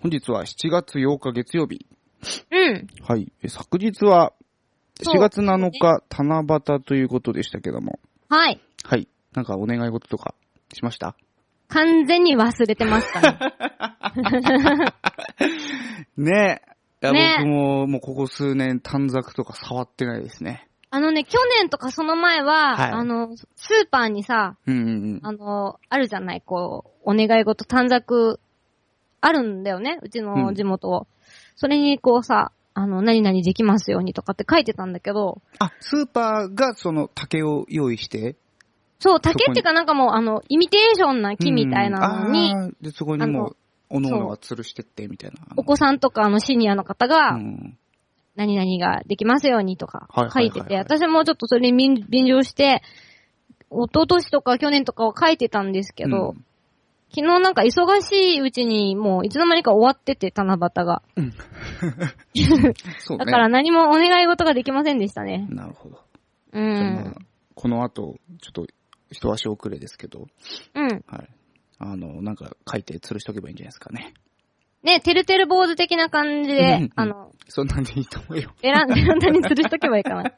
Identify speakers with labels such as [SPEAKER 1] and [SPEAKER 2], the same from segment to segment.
[SPEAKER 1] 本日は7月8日月曜日。
[SPEAKER 2] うん。
[SPEAKER 1] はい。え昨日は
[SPEAKER 2] そう
[SPEAKER 1] 4月7日七夕ということでしたけども。
[SPEAKER 2] はい。
[SPEAKER 1] はい。なんかお願い事とかしました
[SPEAKER 2] 完全に忘れてました ね。
[SPEAKER 1] ねえ。いや
[SPEAKER 2] ねえ
[SPEAKER 1] 僕ももうここ数年短冊とか触ってないですね。
[SPEAKER 2] あのね、去年とかその前は、
[SPEAKER 1] はい
[SPEAKER 2] あの、スーパーにさ、
[SPEAKER 1] うんうんうん。
[SPEAKER 2] あの、あるじゃない、こう、お願い事短冊、あるんだよね、うち
[SPEAKER 1] う
[SPEAKER 2] の
[SPEAKER 1] ん
[SPEAKER 2] 地元を。それにこうさ、あの、何々できますようにとかって書いてたんだけど、
[SPEAKER 1] あ、スーパーがその竹を用意して。
[SPEAKER 2] そう、竹っていうかなんかもう、あの、イミテーションな木みたいなのに、
[SPEAKER 1] うんうんあーで、そこにもう、おのおのが吊るしてって、みたいな。
[SPEAKER 2] お子さんとかあのシニアの方が、
[SPEAKER 1] うん。
[SPEAKER 2] 何々ができますようにとか
[SPEAKER 1] はいはいはい
[SPEAKER 2] 書
[SPEAKER 1] はい
[SPEAKER 2] いてて、私もちょっとそれに便便乗して、一昨年とか去年とかは書いてたんですけど、
[SPEAKER 1] うん
[SPEAKER 2] 昨日なんか忙しいうちにもういつの間にか終わってて、七夕が。
[SPEAKER 1] そうね。
[SPEAKER 2] だから何もお願い事ができませんでしたね。
[SPEAKER 1] なるほど。
[SPEAKER 2] う
[SPEAKER 1] じゃあま
[SPEAKER 2] ん
[SPEAKER 1] あ。この後、ちょっと、一足遅れですけど、
[SPEAKER 2] う
[SPEAKER 1] は
[SPEAKER 2] ん。
[SPEAKER 1] い。あの、なんか書いて吊るしとけばいいんじゃないですかね。
[SPEAKER 2] ね、てるてる坊主的な感じ
[SPEAKER 1] うんうんう
[SPEAKER 2] で
[SPEAKER 1] ん、
[SPEAKER 2] あの、
[SPEAKER 1] そんなんでいいと思うよ。
[SPEAKER 2] ベラン ベランダに吊るしとけばい いかな。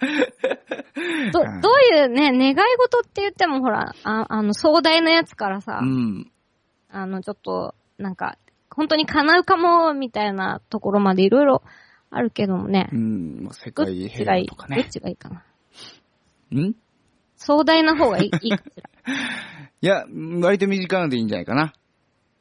[SPEAKER 2] ど、
[SPEAKER 1] はい
[SPEAKER 2] どういうね、願い事って言ってもほら、ああの、壮大なやつからさ、
[SPEAKER 1] うん。
[SPEAKER 2] あの、ちょっと、なんか、本当に叶うかも、みたいなところまでいろいろあるけどもね
[SPEAKER 1] う。ん。まあ、世
[SPEAKER 2] どっ
[SPEAKER 1] 界
[SPEAKER 2] ち
[SPEAKER 1] 平
[SPEAKER 2] がい
[SPEAKER 1] 和
[SPEAKER 2] い
[SPEAKER 1] とか
[SPEAKER 2] どっ
[SPEAKER 1] ね。
[SPEAKER 2] ちがいいかな。
[SPEAKER 1] うんい
[SPEAKER 2] 壮大な方がいいいいかしら。
[SPEAKER 1] や、割と短いのでいいんじゃないかな。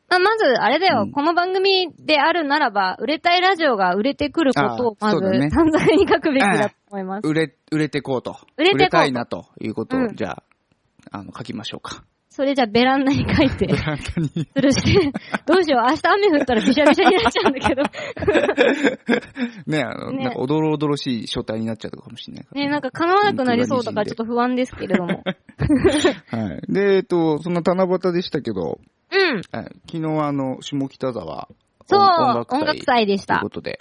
[SPEAKER 2] まあ、まず、あれだよ、
[SPEAKER 1] うん
[SPEAKER 2] この番組であるならば、売れたいラジオが売れてくることを、
[SPEAKER 1] あー
[SPEAKER 2] ま
[SPEAKER 1] そ
[SPEAKER 2] ず
[SPEAKER 1] うだね、
[SPEAKER 2] 短冊に書くべきだと思います。
[SPEAKER 1] 売れ、売れてこうと。
[SPEAKER 2] 売れてこうと
[SPEAKER 1] たいなということを、
[SPEAKER 2] うん
[SPEAKER 1] じゃあ、あの、書きましょうか。
[SPEAKER 2] それじゃあ、ベランダに書い て
[SPEAKER 1] ベ、ランダに
[SPEAKER 2] 吊るして、どうしよう、明日雨降ったらびしゃびしゃになっちゃうん だけど。
[SPEAKER 1] ね、あの、
[SPEAKER 2] ね
[SPEAKER 1] なんか、おどろおどろしい書体になっちゃうかもしれないから
[SPEAKER 2] ね、なんか叶わなくなりそうだから、ちょっと不安ですけれど
[SPEAKER 1] は
[SPEAKER 2] も。
[SPEAKER 1] い。で、えっと、そんな七夕でしたけど、
[SPEAKER 2] うん。
[SPEAKER 1] はい昨日はあの、下北沢、
[SPEAKER 2] そう、
[SPEAKER 1] 音楽祭
[SPEAKER 2] 音楽祭でし
[SPEAKER 1] という
[SPEAKER 2] た
[SPEAKER 1] こ。とで。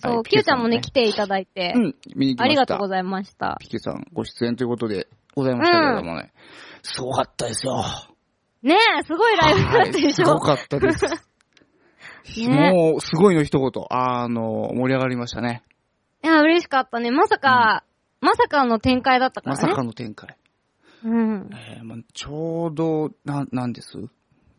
[SPEAKER 2] そ
[SPEAKER 1] は
[SPEAKER 2] う、
[SPEAKER 1] い
[SPEAKER 2] キューちゃんもね、来、ていただいて
[SPEAKER 1] ピケさん、ねうん、見に来ました。
[SPEAKER 2] ありがとうございました。
[SPEAKER 1] ピケさんご出演ということでございましたけれどもね、すごかったですよ。
[SPEAKER 2] ねえ、すごいライブだったでし
[SPEAKER 1] すご
[SPEAKER 2] ょ。
[SPEAKER 1] かったです。
[SPEAKER 2] ね
[SPEAKER 1] もう、すごいの一言。あの、盛り上がりましたね。
[SPEAKER 2] いや、嬉しかったね。まさか、まさかの展開だったか
[SPEAKER 1] ま
[SPEAKER 2] らね。
[SPEAKER 1] さかの展開。
[SPEAKER 2] うん。
[SPEAKER 1] えーまあ、ちょうど、な、なんです、
[SPEAKER 2] ん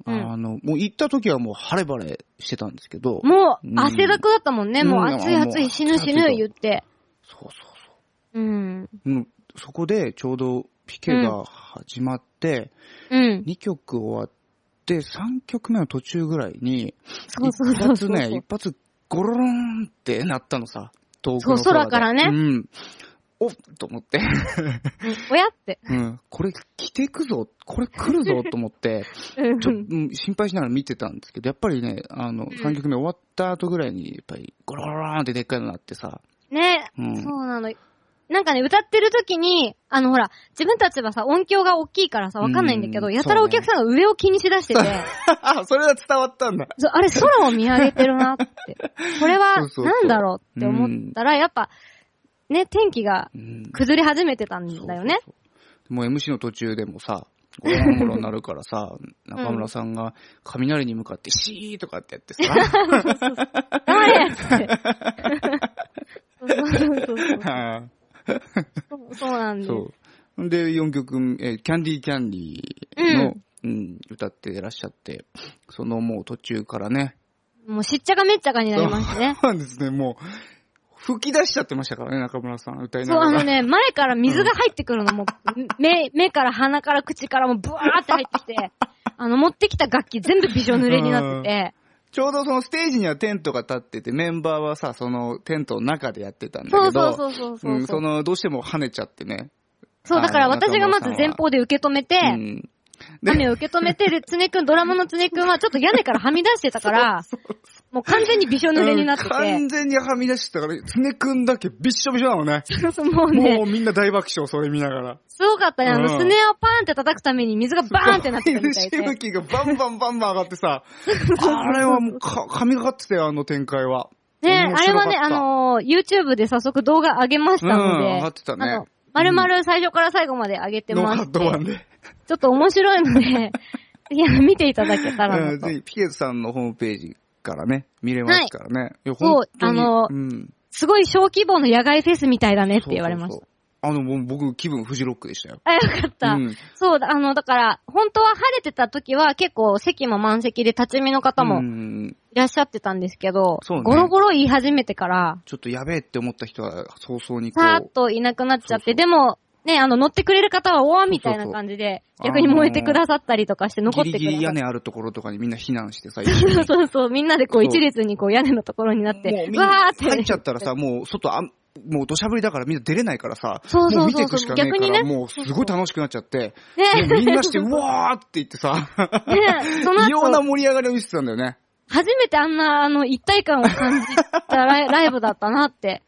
[SPEAKER 1] あの、もう行った時はもう晴れ晴れしてたんですけど、
[SPEAKER 2] もう
[SPEAKER 1] う、ん
[SPEAKER 2] 汗だくだったもんね。
[SPEAKER 1] うん
[SPEAKER 2] もう、暑い暑
[SPEAKER 1] もう
[SPEAKER 2] い、死ぬ死ぬ、言って。
[SPEAKER 1] そうそうそう。
[SPEAKER 2] うん。
[SPEAKER 1] うん、そこでちょうどピケが始まって、
[SPEAKER 2] うん。
[SPEAKER 1] 2曲終わって、3曲目の途中ぐらいに、
[SPEAKER 2] そうそうそうそう。
[SPEAKER 1] 一発ね、一発ゴロロンって鳴ったのさ、遠く
[SPEAKER 2] そ
[SPEAKER 1] の
[SPEAKER 2] う空からね
[SPEAKER 1] うん。おっと思って、
[SPEAKER 2] おやって。
[SPEAKER 1] うん、これ来てくぞ、これ来るぞと思 って、
[SPEAKER 2] うん
[SPEAKER 1] ちょうん心配しながら見てたんですけど、やっぱりね、あの、
[SPEAKER 2] ん
[SPEAKER 1] 3曲目終わった後ぐらいに、やっぱりゴロロロンってでっかいの鳴ってさ、
[SPEAKER 2] ね、
[SPEAKER 1] うん
[SPEAKER 2] そうなの。なんかね、歌ってる時に、あのほら、自分たちはさ、音響が大きいからさ、わかんないんだけど、
[SPEAKER 1] うん
[SPEAKER 2] やたらお客さんが上を気にしだしてて、
[SPEAKER 1] あ、 それは伝わったんだ。
[SPEAKER 2] そうあれ、空を見上げてる なって。これは
[SPEAKER 1] そう、そうそう
[SPEAKER 2] なんだろうって思ったら、やっぱ、ね、天気が
[SPEAKER 1] うん
[SPEAKER 2] 崩れ始めてたんだよね。
[SPEAKER 1] そうそうそうもう MC の途中でもさ、ゴロンゴロンになるからさ、中村さんが雷に向かってシーとかってやってさ、
[SPEAKER 2] 頑張れっつ って。そうそうそうそう
[SPEAKER 1] は
[SPEAKER 2] そう。 そうな
[SPEAKER 1] い
[SPEAKER 2] んです。
[SPEAKER 1] そう。で、4曲目、えーキャンディーキャンディーの、うん歌ってらっしゃって、そのもう途中からね。
[SPEAKER 2] もうしっちゃかめっちゃかになりましたね。
[SPEAKER 1] そうなんですね、もう、吹き出しちゃってましたからね、中村さん、歌い
[SPEAKER 2] そ
[SPEAKER 1] な
[SPEAKER 2] う、
[SPEAKER 1] が
[SPEAKER 2] あの
[SPEAKER 1] ら。
[SPEAKER 2] ね、前から水が入ってくるのも、目、目から鼻から口からもうブワーって入ってきて、あの、持ってきた楽器全部びしょ濡れになってて、
[SPEAKER 1] ちょうどそのステージにはテントが立ってて、メンバーはさ、そのテントの中でやってたんだけ
[SPEAKER 2] そう
[SPEAKER 1] ど、
[SPEAKER 2] そうそうそうそう。
[SPEAKER 1] うんその、どうしても跳ねちゃってね。
[SPEAKER 2] そう、だから
[SPEAKER 1] あの
[SPEAKER 2] 私がま
[SPEAKER 1] 中村さ
[SPEAKER 2] ず
[SPEAKER 1] んは
[SPEAKER 2] 前方で受け止めて、
[SPEAKER 1] うん。で
[SPEAKER 2] 雨を受け止めてる、つねくん、ドラムのつねくんはちょっと屋根からはみ出してたから、もう完全にびしょ濡れになって
[SPEAKER 1] うん 完全にはみ出してたから、つねくんだけびっしょびしょなのね。
[SPEAKER 2] て、も
[SPEAKER 1] も
[SPEAKER 2] うね、
[SPEAKER 1] うみんな大爆笑、それ見ながら。
[SPEAKER 2] すごかったね。あの、
[SPEAKER 1] うん
[SPEAKER 2] スネアをパーンって叩くために水がバーンってなってたみたい
[SPEAKER 1] 水しぶ
[SPEAKER 2] で。
[SPEAKER 1] きがバンバンバンバン上がって さ、あれはもうか、神がかってたよ、あの展開は。
[SPEAKER 2] ね、
[SPEAKER 1] 面
[SPEAKER 2] あれ
[SPEAKER 1] 白かっ
[SPEAKER 2] は
[SPEAKER 1] た
[SPEAKER 2] ね、あのー、YouTube で早速動画上げましたの
[SPEAKER 1] うん上
[SPEAKER 2] で、
[SPEAKER 1] がってたね
[SPEAKER 2] あの、丸々最初から最後まで上げて
[SPEAKER 1] ノー
[SPEAKER 2] ま
[SPEAKER 1] カ
[SPEAKER 2] す
[SPEAKER 1] ッ。ト版で。
[SPEAKER 2] ち ょっと面白いので、いや、見ていただけたら
[SPEAKER 1] う
[SPEAKER 2] なんと
[SPEAKER 1] ぜ。ひ、ピエさんのホームページからね。見れますからね。いや、本当に。
[SPEAKER 2] そうあの
[SPEAKER 1] うん、
[SPEAKER 2] すごい小規模の野外フェスみたいだねって言われまし
[SPEAKER 1] そう
[SPEAKER 2] た。
[SPEAKER 1] そうそう。あの、もう僕、気分フジロックでしたよ。
[SPEAKER 2] あ、よかった。
[SPEAKER 1] うん。
[SPEAKER 2] そうだ、あの、だから、本当は晴れてた時は結構席も満席で立ち見の方
[SPEAKER 1] う
[SPEAKER 2] も
[SPEAKER 1] ん
[SPEAKER 2] いらっしゃってたんですけど、
[SPEAKER 1] そうね
[SPEAKER 2] ゴロゴロ言い始めてから、
[SPEAKER 1] ちょっとやべえって思った人は、早々にこ
[SPEAKER 2] さーっ
[SPEAKER 1] う。
[SPEAKER 2] といなくなっちゃって、
[SPEAKER 1] そうそう
[SPEAKER 2] でも、ね、あの、乗ってくれる方は、おわみたい
[SPEAKER 1] そう
[SPEAKER 2] な
[SPEAKER 1] そうそう
[SPEAKER 2] 感じで、
[SPEAKER 1] あのー
[SPEAKER 2] 逆に燃えてくださったりとかして残っ
[SPEAKER 1] ギ
[SPEAKER 2] て
[SPEAKER 1] リ
[SPEAKER 2] く
[SPEAKER 1] ギリ
[SPEAKER 2] れ
[SPEAKER 1] 屋
[SPEAKER 2] た。
[SPEAKER 1] 根あるところとかにみんな避難 してさ、
[SPEAKER 2] そうそうそう、みんなでこ
[SPEAKER 1] そ
[SPEAKER 2] う
[SPEAKER 1] う
[SPEAKER 2] 一列にこう屋根のところになって、
[SPEAKER 1] もうみん
[SPEAKER 2] わ
[SPEAKER 1] な
[SPEAKER 2] ーって。
[SPEAKER 1] 入っちゃったらさ、もう外あん、もう土砂降りだからみんな出れないからさ、
[SPEAKER 2] そうそうそうそう
[SPEAKER 1] もう見ていくしかねえから、
[SPEAKER 2] 逆にね
[SPEAKER 1] もうすごい楽しくなっちゃって、もう
[SPEAKER 2] ね
[SPEAKER 1] みんなして、うわーって言ってさ、
[SPEAKER 2] ねその
[SPEAKER 1] 異様な
[SPEAKER 2] 後、
[SPEAKER 1] 盛り上がりを見せてたんだよね。
[SPEAKER 2] 初めてあんな、あの、一体感を感じたライライブだったなって。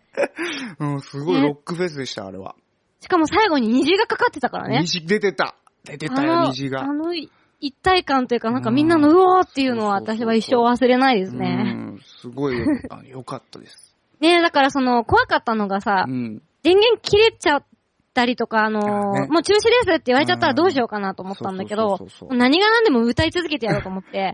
[SPEAKER 1] うん、すごい
[SPEAKER 2] ね
[SPEAKER 1] ロックフェスでした、あれは。
[SPEAKER 2] しかも最後に虹がかかってたからね。
[SPEAKER 1] 虹出てた。出てた
[SPEAKER 2] あ
[SPEAKER 1] よ、
[SPEAKER 2] の
[SPEAKER 1] 虹が
[SPEAKER 2] あ。の、い一体感というか、なんかみんなのうおーっていうのは
[SPEAKER 1] そうそうそう
[SPEAKER 2] 私は一生忘れないです
[SPEAKER 1] う
[SPEAKER 2] ね。
[SPEAKER 1] ん、すごい、あよかったです。
[SPEAKER 2] ねえ、だからその、怖かったのがさ
[SPEAKER 1] う、ん。
[SPEAKER 2] 電源切れちゃったりとか、あのー
[SPEAKER 1] あね
[SPEAKER 2] もう中止ですって言われちゃった
[SPEAKER 1] う
[SPEAKER 2] ら
[SPEAKER 1] ん
[SPEAKER 2] どうしようかなと思ったんだけ
[SPEAKER 1] そ
[SPEAKER 2] ど
[SPEAKER 1] うそうそう、そう
[SPEAKER 2] 何が何でも歌い続けてやろうと 思って、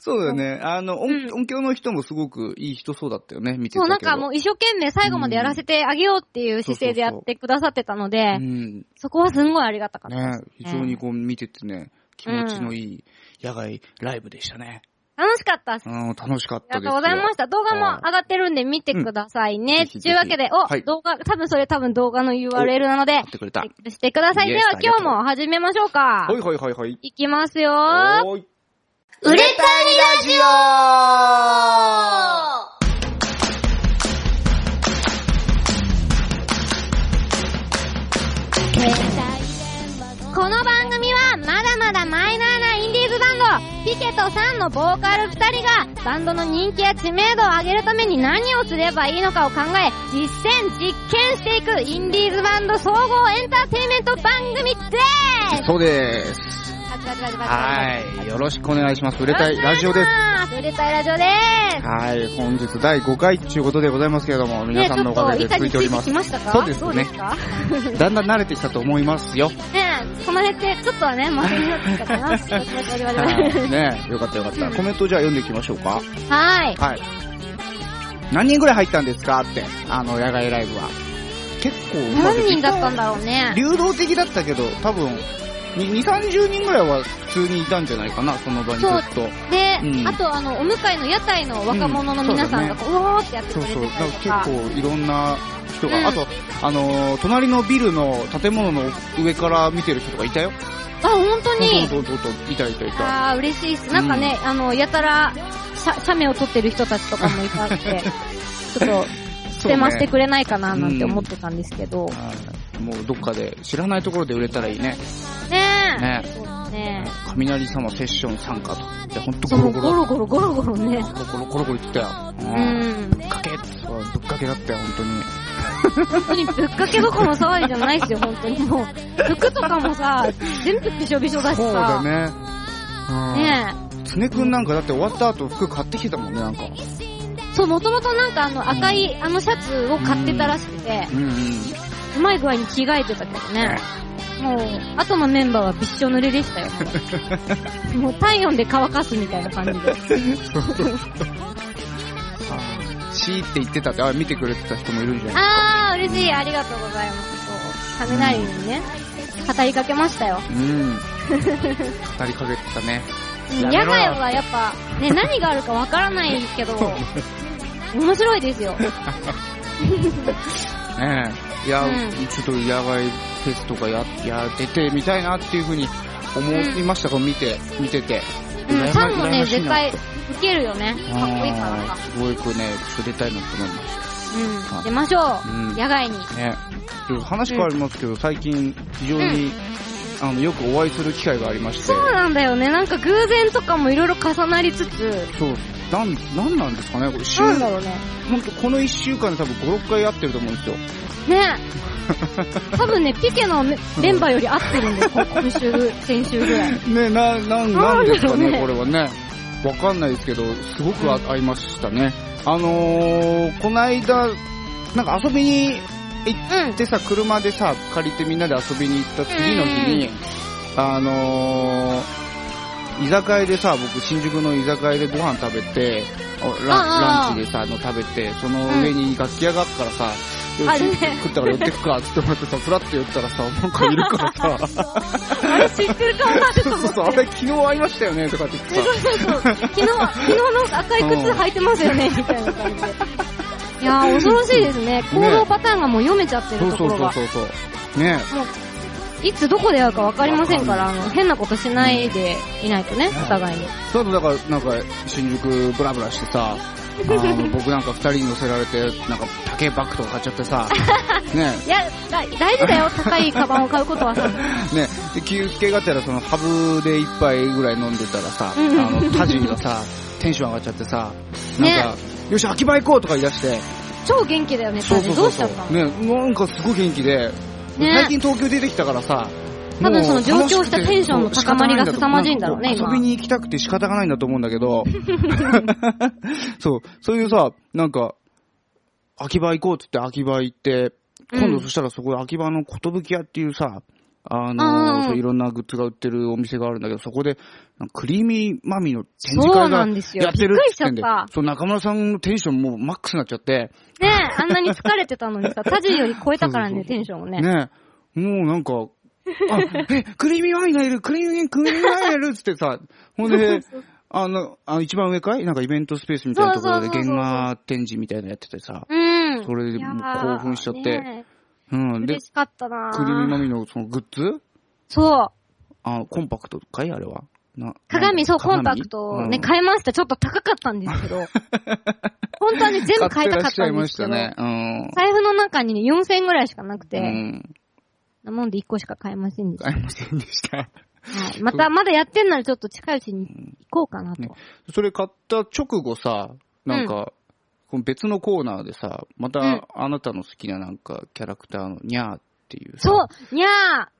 [SPEAKER 1] そうだよね。あの、音
[SPEAKER 2] うん
[SPEAKER 1] 音響の人もすごくいい人そうだったよね、見てたけど。
[SPEAKER 2] そうなんかもう一生懸命最後までやらせてあげようっていう姿勢でやってくださってたので
[SPEAKER 1] う、ん。
[SPEAKER 2] そこはすんごいありがたかった。
[SPEAKER 1] ね、非常にこう見ててね、気持ちのいい野外ライブでしたね。
[SPEAKER 2] 楽しかったっす。
[SPEAKER 1] うん、楽しかっ
[SPEAKER 2] あ
[SPEAKER 1] た
[SPEAKER 2] り
[SPEAKER 1] ですよ。
[SPEAKER 2] がとうございました。動画も上がってるんで見てくださいね。
[SPEAKER 1] ぜひぜひ
[SPEAKER 2] というわけで、お、
[SPEAKER 1] はい
[SPEAKER 2] 動画、多分それ多分動画の URL なので、
[SPEAKER 1] やってくれた。は
[SPEAKER 2] チェックしてください。
[SPEAKER 1] イエ
[SPEAKER 2] で
[SPEAKER 1] ス
[SPEAKER 2] は
[SPEAKER 1] ありが
[SPEAKER 2] 今
[SPEAKER 1] と
[SPEAKER 2] 日
[SPEAKER 1] う
[SPEAKER 2] も始めましょうか。
[SPEAKER 1] いはいはいはい。
[SPEAKER 2] いきますよ
[SPEAKER 1] おーい
[SPEAKER 2] 売れたい
[SPEAKER 1] ラジオ
[SPEAKER 2] この番組はまだまだマイナーなインディーズバンドピケとサンのボーカル2人がバンドの人気や知名度を上げるために何をすればいいのかを考え実践実験していくインディーズバンド総合エンターテインメント番組です
[SPEAKER 1] そうです。はい。よろしくお願いします。売れたいラジオです。
[SPEAKER 2] す売れたいラジオです
[SPEAKER 1] はい。本日第5回ということでございますけれども、皆さんのおかげで続いております。
[SPEAKER 2] ねちょっと板についてきましたか
[SPEAKER 1] そうです
[SPEAKER 2] どう
[SPEAKER 1] ね
[SPEAKER 2] です。か
[SPEAKER 1] だんだん慣れてきたと思います よ。
[SPEAKER 2] ねえこの辺ってちょっと はねマシになってきたかなって思っております
[SPEAKER 1] はいねよかったよかった。コメントじゃあ読んでいきましょうか。
[SPEAKER 2] はい
[SPEAKER 1] はい。何人ぐらい入ったんですかって、あの、野外ライブは。結構、
[SPEAKER 2] 何人だったんだろうね
[SPEAKER 1] 流動的だったけど、多分、2、30人ぐらいは普通にいたんじゃないかな、その場にずっと。
[SPEAKER 2] で、
[SPEAKER 1] うん
[SPEAKER 2] あとあの、お向かいの屋台の若者の皆さんがこう、うおーってやって
[SPEAKER 1] そ
[SPEAKER 2] く
[SPEAKER 1] う
[SPEAKER 2] れて
[SPEAKER 1] そう。だ
[SPEAKER 2] た
[SPEAKER 1] か
[SPEAKER 2] りと
[SPEAKER 1] ら
[SPEAKER 2] か。
[SPEAKER 1] 結構いろんな人が、
[SPEAKER 2] うん
[SPEAKER 1] あと、あのー隣のビルの建物の上から見てる人とかいたよ。
[SPEAKER 2] あ、本当に
[SPEAKER 1] そうそうそうそう、いたいたいた。
[SPEAKER 2] あー、嬉しいっす。なんかね、あの、やたら、写写メを撮ってる人たちとかもいたって、 ちょっと、ステマしてくれないかななんて思ってたんですけど。ね
[SPEAKER 1] はいもうどっかで知らないところで売れたらいいね。
[SPEAKER 2] え。
[SPEAKER 1] ね
[SPEAKER 2] そうね
[SPEAKER 1] 雷様セッション参加と。いや、ほんと
[SPEAKER 2] そ
[SPEAKER 1] ゴロ
[SPEAKER 2] う、
[SPEAKER 1] ゴ
[SPEAKER 2] ゴ
[SPEAKER 1] ロ。
[SPEAKER 2] ロゴロゴロゴロね。
[SPEAKER 1] ゴロゴロゴロ言ってたよ。う。
[SPEAKER 2] うんん。
[SPEAKER 1] ぶっかけそうぶっかけだったよ、本当に。
[SPEAKER 2] 本当にぶっかけどころの騒ぎじゃないっすよ、本当にもう。服とかもさ、全部びしょびしょだし
[SPEAKER 1] そうだ
[SPEAKER 2] さ。
[SPEAKER 1] ね。うん。
[SPEAKER 2] ねえ。
[SPEAKER 1] つねくんなんかだって終わった後服買ってきてたもんね、なんか。
[SPEAKER 2] そう、もともとなんかあの赤いあのシャツを買ってたらしくて、
[SPEAKER 1] うんうん。
[SPEAKER 2] うまい具合に着替えてたけどね。もう、後のメンバーはびっしょ濡れでしたよ。 もう体温で乾かすみたいな感じで。
[SPEAKER 1] しーって言ってたって、あ、見てくれてた人もいるんじゃない
[SPEAKER 2] あー、嬉しい。ありがとうございます。そう、雷にね、語りかけましたよ。
[SPEAKER 1] うん。語りかけてたね。
[SPEAKER 2] うん
[SPEAKER 1] やめろ
[SPEAKER 2] 野外はやっぱ、ね、何があるかわからないけど、面白いですよ。
[SPEAKER 1] ねえ。いや、
[SPEAKER 2] うん
[SPEAKER 1] ちょっと野外フェスとかや、やっててみたいなっていうふうに思いましたか、見て、見てて。
[SPEAKER 2] うん、サンも
[SPEAKER 1] 羨
[SPEAKER 2] ね、
[SPEAKER 1] ましい
[SPEAKER 2] 絶
[SPEAKER 1] な
[SPEAKER 2] 対、受けるよね。かっこいいから
[SPEAKER 1] あ
[SPEAKER 2] さ
[SPEAKER 1] ー。すごいくね、ちょっと出たいなと思います。
[SPEAKER 2] うん、出ましょう。
[SPEAKER 1] うん
[SPEAKER 2] 野外に。
[SPEAKER 1] ね。ちょっと話変わりますけど、最近非常に、あの、よくお会いする機会がありまして。
[SPEAKER 2] そうなんだよね。なんか偶然とかもいろいろ重なりつつ、
[SPEAKER 1] そう、なん、なんなんですかねこれ週、
[SPEAKER 2] なんだろうね。
[SPEAKER 1] ほんとこの1週間で多分5、6回やってると思うんですよ。
[SPEAKER 2] ね多分ね、ピケのメメンバーより合ってる んですよ。今週、先週ぐらい。
[SPEAKER 1] ね、な、な、
[SPEAKER 2] な
[SPEAKER 1] なんん
[SPEAKER 2] だろうね
[SPEAKER 1] ですかね、これはね。わかんないですけど、すごくあ合いましたね。あのー、こないだ、なんか遊びに行ってさ、車でさ、借りてみんなで遊びに行った次の日に、あのー、居酒屋でさ、僕、新宿の居酒屋でご飯食べて、おラ
[SPEAKER 2] ああ
[SPEAKER 1] ランチでさ、あの食べて、その上に楽器屋があっからさ、よ
[SPEAKER 2] あ
[SPEAKER 1] し
[SPEAKER 2] るね
[SPEAKER 1] 食ったから寄ってくかって思ってさ、ふらって寄ったらさ、なんかいるからさ、
[SPEAKER 2] あれ知ってる顔になる
[SPEAKER 1] そ
[SPEAKER 2] と
[SPEAKER 1] うそ
[SPEAKER 2] 思
[SPEAKER 1] う
[SPEAKER 2] って。
[SPEAKER 1] そう、あれ昨日会いましたよねとかって言って
[SPEAKER 2] そう
[SPEAKER 1] さ、
[SPEAKER 2] そうそう。昨日、昨日の赤い靴履いてますよね、みたいな感じで。いやー、恐ろしいですね。行動パターンがもう読めちゃって
[SPEAKER 1] そ
[SPEAKER 2] る
[SPEAKER 1] うそ
[SPEAKER 2] とこ
[SPEAKER 1] うそ
[SPEAKER 2] ろ
[SPEAKER 1] う
[SPEAKER 2] が。
[SPEAKER 1] そうそう、ね
[SPEAKER 2] もういつどこで会うかわかりませんから、あの、変なことしないでいないとね、お互いに。
[SPEAKER 1] その後だから、なんか、新宿ブラブラしてさ、あ の僕なんか二人に乗せられて、なんか、竹バッグとか買っちゃって さ、ね
[SPEAKER 2] いや、だ大事 だよ、高いカバンを買うことはさ。
[SPEAKER 1] ね、で、休憩がてら、その、ハブで一杯ぐらい飲んでたらさ、あ
[SPEAKER 2] う
[SPEAKER 1] の、
[SPEAKER 2] ん
[SPEAKER 1] タジがさ、テンション上がっちゃってさ、
[SPEAKER 2] ね
[SPEAKER 1] なんか、よし、秋葉行こうとか言い出して、
[SPEAKER 2] 超元気だよね、
[SPEAKER 1] そう
[SPEAKER 2] タ
[SPEAKER 1] そ
[SPEAKER 2] ジ。
[SPEAKER 1] う
[SPEAKER 2] ど
[SPEAKER 1] そうう
[SPEAKER 2] しち
[SPEAKER 1] そ
[SPEAKER 2] ゃ
[SPEAKER 1] う
[SPEAKER 2] ったの、
[SPEAKER 1] ね、なんかすごい元気で、
[SPEAKER 2] ね
[SPEAKER 1] 最近東京出てきたからさ、
[SPEAKER 2] 多分その
[SPEAKER 1] もう楽しくて
[SPEAKER 2] 上京したテンションの高まりが凄まじいんだろうね
[SPEAKER 1] も
[SPEAKER 2] 今
[SPEAKER 1] 遊びに行きたくて仕方がないんだと思うんだけ ど、そう、そういうさ、なんか、秋葉行こうって言って秋葉行って、今
[SPEAKER 2] うん
[SPEAKER 1] 度そしたらそこで秋葉の寿屋っていうさ、あ
[SPEAKER 2] あ
[SPEAKER 1] の
[SPEAKER 2] ー
[SPEAKER 1] そういろんなグッズが売ってるお店があるんだけど、そこで、なんかクリーミーマミの展示
[SPEAKER 2] そう
[SPEAKER 1] 会
[SPEAKER 2] な
[SPEAKER 1] が
[SPEAKER 2] んですよ
[SPEAKER 1] やってるって言ってん
[SPEAKER 2] び
[SPEAKER 1] で
[SPEAKER 2] っくりしちゃった
[SPEAKER 1] そう、中村さんのテンションもうマックスになっちゃって、
[SPEAKER 2] ねえ、あんなに疲れてたのに さ、タジより超えたからね、テンションをね。
[SPEAKER 1] ねえ、もうなんか、あ、え、クリーミーワインがいる、クリーミー、クリーミーワインがいるっつってさ、ほんで、あの、あの一番上かいなんかイベントスペースみたいなところで
[SPEAKER 2] そうそうそうそう
[SPEAKER 1] 原画展示みたいなのやっててさ、
[SPEAKER 2] うん。
[SPEAKER 1] それでもう興奮しちゃって
[SPEAKER 2] いやーね
[SPEAKER 1] う
[SPEAKER 2] え
[SPEAKER 1] ん、で、
[SPEAKER 2] 嬉しかったなー
[SPEAKER 1] クリーミーマミのそのグッズ
[SPEAKER 2] そう。
[SPEAKER 1] あ、コンパクトかいあれは。な
[SPEAKER 2] 鏡、そう、コンパクトを
[SPEAKER 1] を
[SPEAKER 2] ね、買いました。ちょっと高かったんです けど。本当はね、全部買
[SPEAKER 1] 買っ
[SPEAKER 2] いたかったんですけど。
[SPEAKER 1] てらっしゃいましたね。
[SPEAKER 2] 財布の中にね、4000円ぐらいしかな
[SPEAKER 1] うん。
[SPEAKER 2] く
[SPEAKER 1] う
[SPEAKER 2] て、
[SPEAKER 1] ん。
[SPEAKER 2] なもんで1個しか買えませんでした。
[SPEAKER 1] 買いませんでした。
[SPEAKER 2] はい。また、まだやってんならちょっと近いうちに行こうかなと。
[SPEAKER 1] ねそれ買った直後さ、なんか、この別のコーナーでさ、ま
[SPEAKER 2] うん
[SPEAKER 1] たあなたの好きななんかキャラクターのニャーっていうさ
[SPEAKER 2] そう、にゃ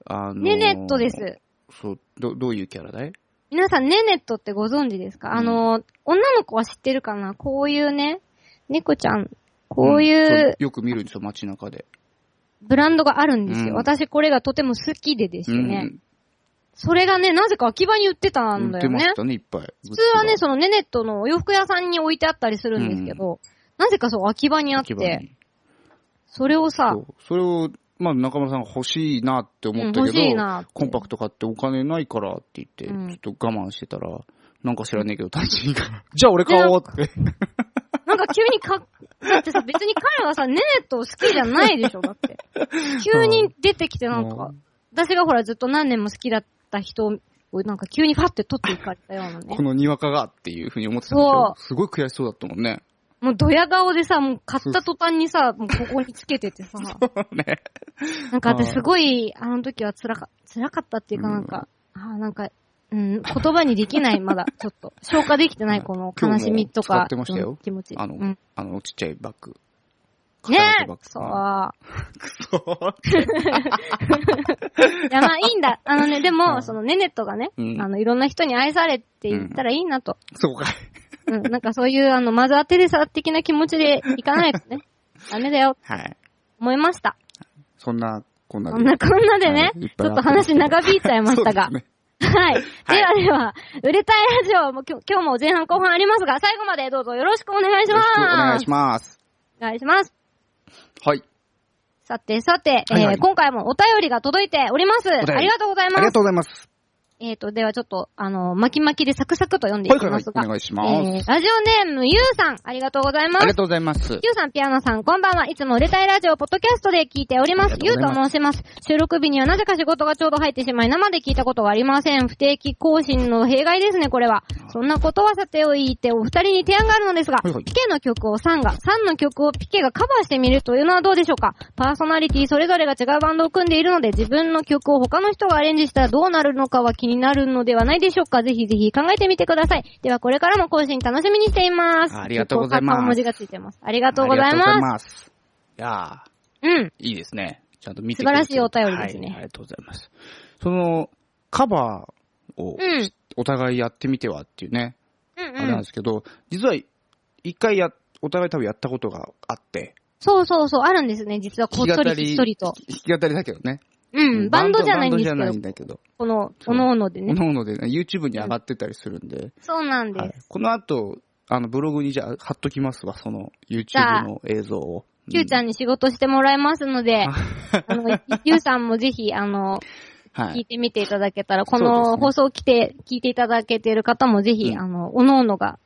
[SPEAKER 1] あの
[SPEAKER 2] ー、
[SPEAKER 1] ー
[SPEAKER 2] ネネットです。。
[SPEAKER 1] そう、ど、どういうキャラだい
[SPEAKER 2] 皆さん、ネネットってご存知ですか、
[SPEAKER 1] うん
[SPEAKER 2] あの、女の子は知ってるかなこういうね、猫ちゃん、こういう
[SPEAKER 1] よく見るんですよ、街中で。
[SPEAKER 2] ブランドがあるんです
[SPEAKER 1] う
[SPEAKER 2] よ。
[SPEAKER 1] ん
[SPEAKER 2] 私これがとても好きでです
[SPEAKER 1] う
[SPEAKER 2] ね。
[SPEAKER 1] ん。
[SPEAKER 2] それがね、なぜか秋葉に売ってたん
[SPEAKER 1] 売
[SPEAKER 2] だ
[SPEAKER 1] って
[SPEAKER 2] よ
[SPEAKER 1] ま
[SPEAKER 2] ね
[SPEAKER 1] し。たね、いっぱい。普
[SPEAKER 2] 普通はね、そのネネットのお洋服屋さんに置いてあったりするんですけど、なぜかそう秋葉にあっ
[SPEAKER 1] 秋葉
[SPEAKER 2] て、
[SPEAKER 1] に
[SPEAKER 2] それをさ
[SPEAKER 1] そ、う。それを、まあ、中村さんが欲しいなって思った
[SPEAKER 2] うん
[SPEAKER 1] け
[SPEAKER 2] 欲しい
[SPEAKER 1] ど
[SPEAKER 2] なって、
[SPEAKER 1] コンパクト買ってお金ないからって言って、
[SPEAKER 2] うん
[SPEAKER 1] ちょっと我慢してたら、なんか知らねえけど、単純に 買うじゃあ俺買おうって。
[SPEAKER 2] なんか急にか、だってさ、別に彼はさ、ネネットを好きじゃないでしょ、だって。急に出てきてなんか
[SPEAKER 1] う、
[SPEAKER 2] 私がほらずっと何年も好きだった人をなんか急にファって取っていかれたようなね
[SPEAKER 1] こ。のにわかがっていうふうに思ってたんでし
[SPEAKER 2] そ
[SPEAKER 1] ょ
[SPEAKER 2] う
[SPEAKER 1] すごい悔しそうだったもん ね。
[SPEAKER 2] もうドヤ顔でさ、もう買った途端にさ、もうここにつけててさ、
[SPEAKER 1] ね。
[SPEAKER 2] なんか私すごい、あの時は辛か、辛かったっていうかなんか、あーなんか、うん、言葉にできな い、まだ、ちょっと。消化できてない、この悲しみと
[SPEAKER 1] 今日も使
[SPEAKER 2] か、
[SPEAKER 1] ってましたよ
[SPEAKER 2] うん気持ち。
[SPEAKER 1] あの、
[SPEAKER 2] うん
[SPEAKER 1] あの、ちっちゃいバッグ。
[SPEAKER 2] ね
[SPEAKER 1] 肩の
[SPEAKER 2] え
[SPEAKER 1] バッグ
[SPEAKER 2] そう。いや、
[SPEAKER 1] そう。
[SPEAKER 2] まあいいん だ。あのね、で
[SPEAKER 1] う
[SPEAKER 2] も、
[SPEAKER 1] ん
[SPEAKER 2] そのネネットがね、
[SPEAKER 1] うん
[SPEAKER 2] あの、いろんな人に愛されていったらいいなと。
[SPEAKER 1] そうかい。
[SPEAKER 2] うん、なんかそういう、あの、マザー・テレサ的な気持ちでいかないと ね、ダメだよ、
[SPEAKER 1] はい。
[SPEAKER 2] 思いました。
[SPEAKER 1] そんな、こんな
[SPEAKER 2] こんなこんなでね、
[SPEAKER 1] はいいっ
[SPEAKER 2] ち
[SPEAKER 1] ぱい
[SPEAKER 2] ょ
[SPEAKER 1] あっ
[SPEAKER 2] っと
[SPEAKER 1] た
[SPEAKER 2] 話長引いちゃいました
[SPEAKER 1] そ
[SPEAKER 2] が
[SPEAKER 1] う。ですね
[SPEAKER 2] はい。ではでは、売れたいラジオも今日今日も前半後半ありますが、最後までどうぞよろしくお願いし
[SPEAKER 1] よ
[SPEAKER 2] ま
[SPEAKER 1] ろし
[SPEAKER 2] す。
[SPEAKER 1] くお願いします。
[SPEAKER 2] お願いします。
[SPEAKER 1] はい。
[SPEAKER 2] さてさて、
[SPEAKER 1] はいはい
[SPEAKER 2] えー今回もお便りが届いております。あ
[SPEAKER 1] 便り
[SPEAKER 2] りがとうござい
[SPEAKER 1] あり
[SPEAKER 2] ま
[SPEAKER 1] が
[SPEAKER 2] す。
[SPEAKER 1] とうございます。
[SPEAKER 2] えっ、と、ではちょっと、あの、巻き巻きでサクサクと読んでい
[SPEAKER 1] はい
[SPEAKER 2] き
[SPEAKER 1] はいは
[SPEAKER 2] ま
[SPEAKER 1] い
[SPEAKER 2] す。が、
[SPEAKER 1] お願いします。
[SPEAKER 2] えーラジオネームゆうさん、ありがとうございま
[SPEAKER 1] ありが。
[SPEAKER 2] す
[SPEAKER 1] とうございます。
[SPEAKER 2] ゆうさん、ピアノさん、こんばんは。いつも売れたいラジオ、ポッドキャストで聞いております
[SPEAKER 1] あ。り
[SPEAKER 2] ゆ
[SPEAKER 1] が
[SPEAKER 2] う
[SPEAKER 1] とう
[SPEAKER 2] と
[SPEAKER 1] ございま
[SPEAKER 2] 申します。収録日にはなぜか仕事がちょうど入ってしまい、生で聞いたことがありません。不定期更新の弊害ですね、これは。そんなことはさておいて、お二人に提案があるのですが、
[SPEAKER 1] はいはい
[SPEAKER 2] ピケの曲をサンが、サンの曲をピケがカバーしてみるというのはどうでしょうかパーソナリティそれぞれが違うバンドを組んでいるので、自分の曲を他の人がアレンジしたらどうなるのかは気になるのではないでしょうかぜひぜひ考えてみてください。では、これからも更新楽しみにしています。
[SPEAKER 1] ありがとうございます
[SPEAKER 2] 結構顔文字がついてます。あり
[SPEAKER 1] あ
[SPEAKER 2] がとうござい
[SPEAKER 1] りがとうござい
[SPEAKER 2] ます。
[SPEAKER 1] ます。いや
[SPEAKER 2] うん。
[SPEAKER 1] ーいいですね。ちゃんと見て
[SPEAKER 2] 素晴らしいお便りですね
[SPEAKER 1] はいありがとうございます。その、カバーを
[SPEAKER 2] うん。
[SPEAKER 1] お互いやってみてはっていうね、
[SPEAKER 2] うん
[SPEAKER 1] あれ
[SPEAKER 2] う
[SPEAKER 1] なん
[SPEAKER 2] ん
[SPEAKER 1] で。すけど、実は一回や、お互い多分やったことがあって、
[SPEAKER 2] そうそうそう、あるんですね。実はこっ
[SPEAKER 1] 弾
[SPEAKER 2] そ
[SPEAKER 1] き語
[SPEAKER 2] りひっ
[SPEAKER 1] り、
[SPEAKER 2] そりと
[SPEAKER 1] 弾。き語りだけどね。
[SPEAKER 2] うん、バンドじゃないんです
[SPEAKER 1] バンドじゃない
[SPEAKER 2] け
[SPEAKER 1] ん
[SPEAKER 2] ど、
[SPEAKER 1] だけど。
[SPEAKER 2] この、
[SPEAKER 1] そ
[SPEAKER 2] お
[SPEAKER 1] う
[SPEAKER 2] のおので
[SPEAKER 1] な
[SPEAKER 2] ね。
[SPEAKER 1] ので、YouTube に上がってたりするんで。
[SPEAKER 2] そうなんです。
[SPEAKER 1] はい、この後、あの、ブログにじゃあ貼っときますわ、その YouTube の映像を。
[SPEAKER 2] Q ちゃんに仕事してもらいます ので、
[SPEAKER 1] あ
[SPEAKER 2] あの、ゆうさんもぜひ、あの、
[SPEAKER 1] は
[SPEAKER 2] 聞い
[SPEAKER 1] い。
[SPEAKER 2] てみていただけたら、
[SPEAKER 1] そ
[SPEAKER 2] こ
[SPEAKER 1] うですね
[SPEAKER 2] の放送を来て、聞いていただけている方もぜひ、
[SPEAKER 1] うん
[SPEAKER 2] あの、おのおのが、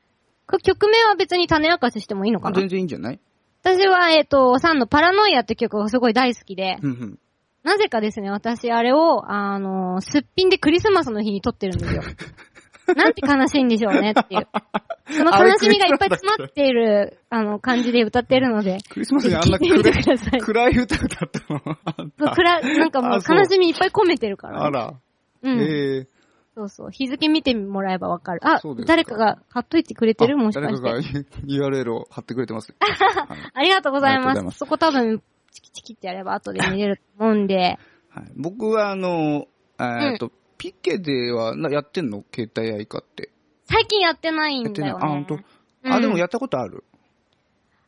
[SPEAKER 2] こ曲名は別に種明かししてもいいのかな
[SPEAKER 1] 全然いいんじゃない
[SPEAKER 2] 私は、えっ、と、サンのパラノイアって曲がすごい大好きで、
[SPEAKER 1] うんうん。
[SPEAKER 2] なぜかですね、私あれを、あの、すっぴんでクリスマスの日に撮ってる んですよ。なんて悲しいんでしょうねっていう。その悲しみがいっぱい詰まっている、あの、感じで歌ってるので、
[SPEAKER 1] クリスマスにあんな
[SPEAKER 2] 聞いてみてく
[SPEAKER 1] 暗
[SPEAKER 2] だ
[SPEAKER 1] い
[SPEAKER 2] さい
[SPEAKER 1] 暗い歌歌ったのあんた
[SPEAKER 2] くら、なんかもう
[SPEAKER 1] あそう
[SPEAKER 2] 悲しみいっぱい込めてるから。
[SPEAKER 1] あら。
[SPEAKER 2] うん。
[SPEAKER 1] ええ
[SPEAKER 2] そうそう。日付見てもらえばわかる。あ
[SPEAKER 1] そうで、すか
[SPEAKER 2] 誰かが買っといてくれてる
[SPEAKER 1] あ
[SPEAKER 2] もしか
[SPEAKER 1] 誰か
[SPEAKER 2] し
[SPEAKER 1] が
[SPEAKER 2] て。
[SPEAKER 1] URL を貼ってくれて ます。はい
[SPEAKER 2] ありがとうござい
[SPEAKER 1] あ
[SPEAKER 2] ま
[SPEAKER 1] りがとうござ
[SPEAKER 2] す。
[SPEAKER 1] います
[SPEAKER 2] そこ多分、チキチキってやれば後で見れると思うんで。
[SPEAKER 1] はい僕は、あの、えっと、ピケではなやってんの携帯アイカって。
[SPEAKER 2] 最近やってない
[SPEAKER 1] やっ
[SPEAKER 2] ん
[SPEAKER 1] てな
[SPEAKER 2] だ
[SPEAKER 1] い。あ、
[SPEAKER 2] よね。
[SPEAKER 1] ほんと。
[SPEAKER 2] う
[SPEAKER 1] あ、
[SPEAKER 2] ん
[SPEAKER 1] でもやったことある。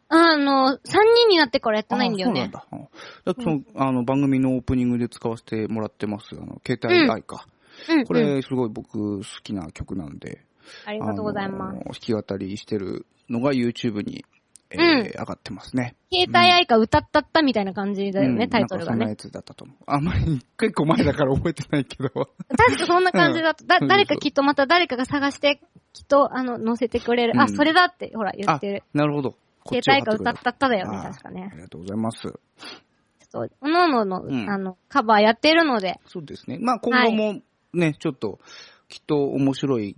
[SPEAKER 2] あの、3人になってからやってないんだよ
[SPEAKER 1] あ
[SPEAKER 2] ね。
[SPEAKER 1] そうなんだ。うんだってその、あの、番組のオープニングで使わせてもらってます。あの、携帯愛か。
[SPEAKER 2] うん。
[SPEAKER 1] こ
[SPEAKER 2] うん
[SPEAKER 1] れ、すごい僕好きな曲なんで。
[SPEAKER 2] あ
[SPEAKER 1] あ
[SPEAKER 2] りがとうございます
[SPEAKER 1] の。弾き語りしてるのが YouTube に、えー
[SPEAKER 2] うん
[SPEAKER 1] 上がってますね。
[SPEAKER 2] 携帯愛歌歌ったったみたいな感じだよ
[SPEAKER 1] う
[SPEAKER 2] ね、
[SPEAKER 1] ん
[SPEAKER 2] タイトルが
[SPEAKER 1] なんかそんな
[SPEAKER 2] ね
[SPEAKER 1] や。つだったと思う。あんまり、結構前だから覚えてないけど。
[SPEAKER 2] 確かそんな感じだと、だ、
[SPEAKER 1] うん
[SPEAKER 2] 誰かきっとまた誰かが探して、きっと、あの、載せてくれる。
[SPEAKER 1] う
[SPEAKER 2] あ、
[SPEAKER 1] ん
[SPEAKER 2] それだって、ほら、言っ
[SPEAKER 1] あ
[SPEAKER 2] てる。、
[SPEAKER 1] なるほど。こ
[SPEAKER 2] 携
[SPEAKER 1] ちを
[SPEAKER 2] 帯
[SPEAKER 1] 貼
[SPEAKER 2] 歌
[SPEAKER 1] てく
[SPEAKER 2] 歌
[SPEAKER 1] れ
[SPEAKER 2] ったたっただよね、
[SPEAKER 1] あー
[SPEAKER 2] 確かね
[SPEAKER 1] あ。りがとうございます。
[SPEAKER 2] ちょっと、おのおのの、
[SPEAKER 1] うん
[SPEAKER 2] あの、カバーやってるので、
[SPEAKER 1] そうですね。まあ今後もね、ちょっと、きっと面白い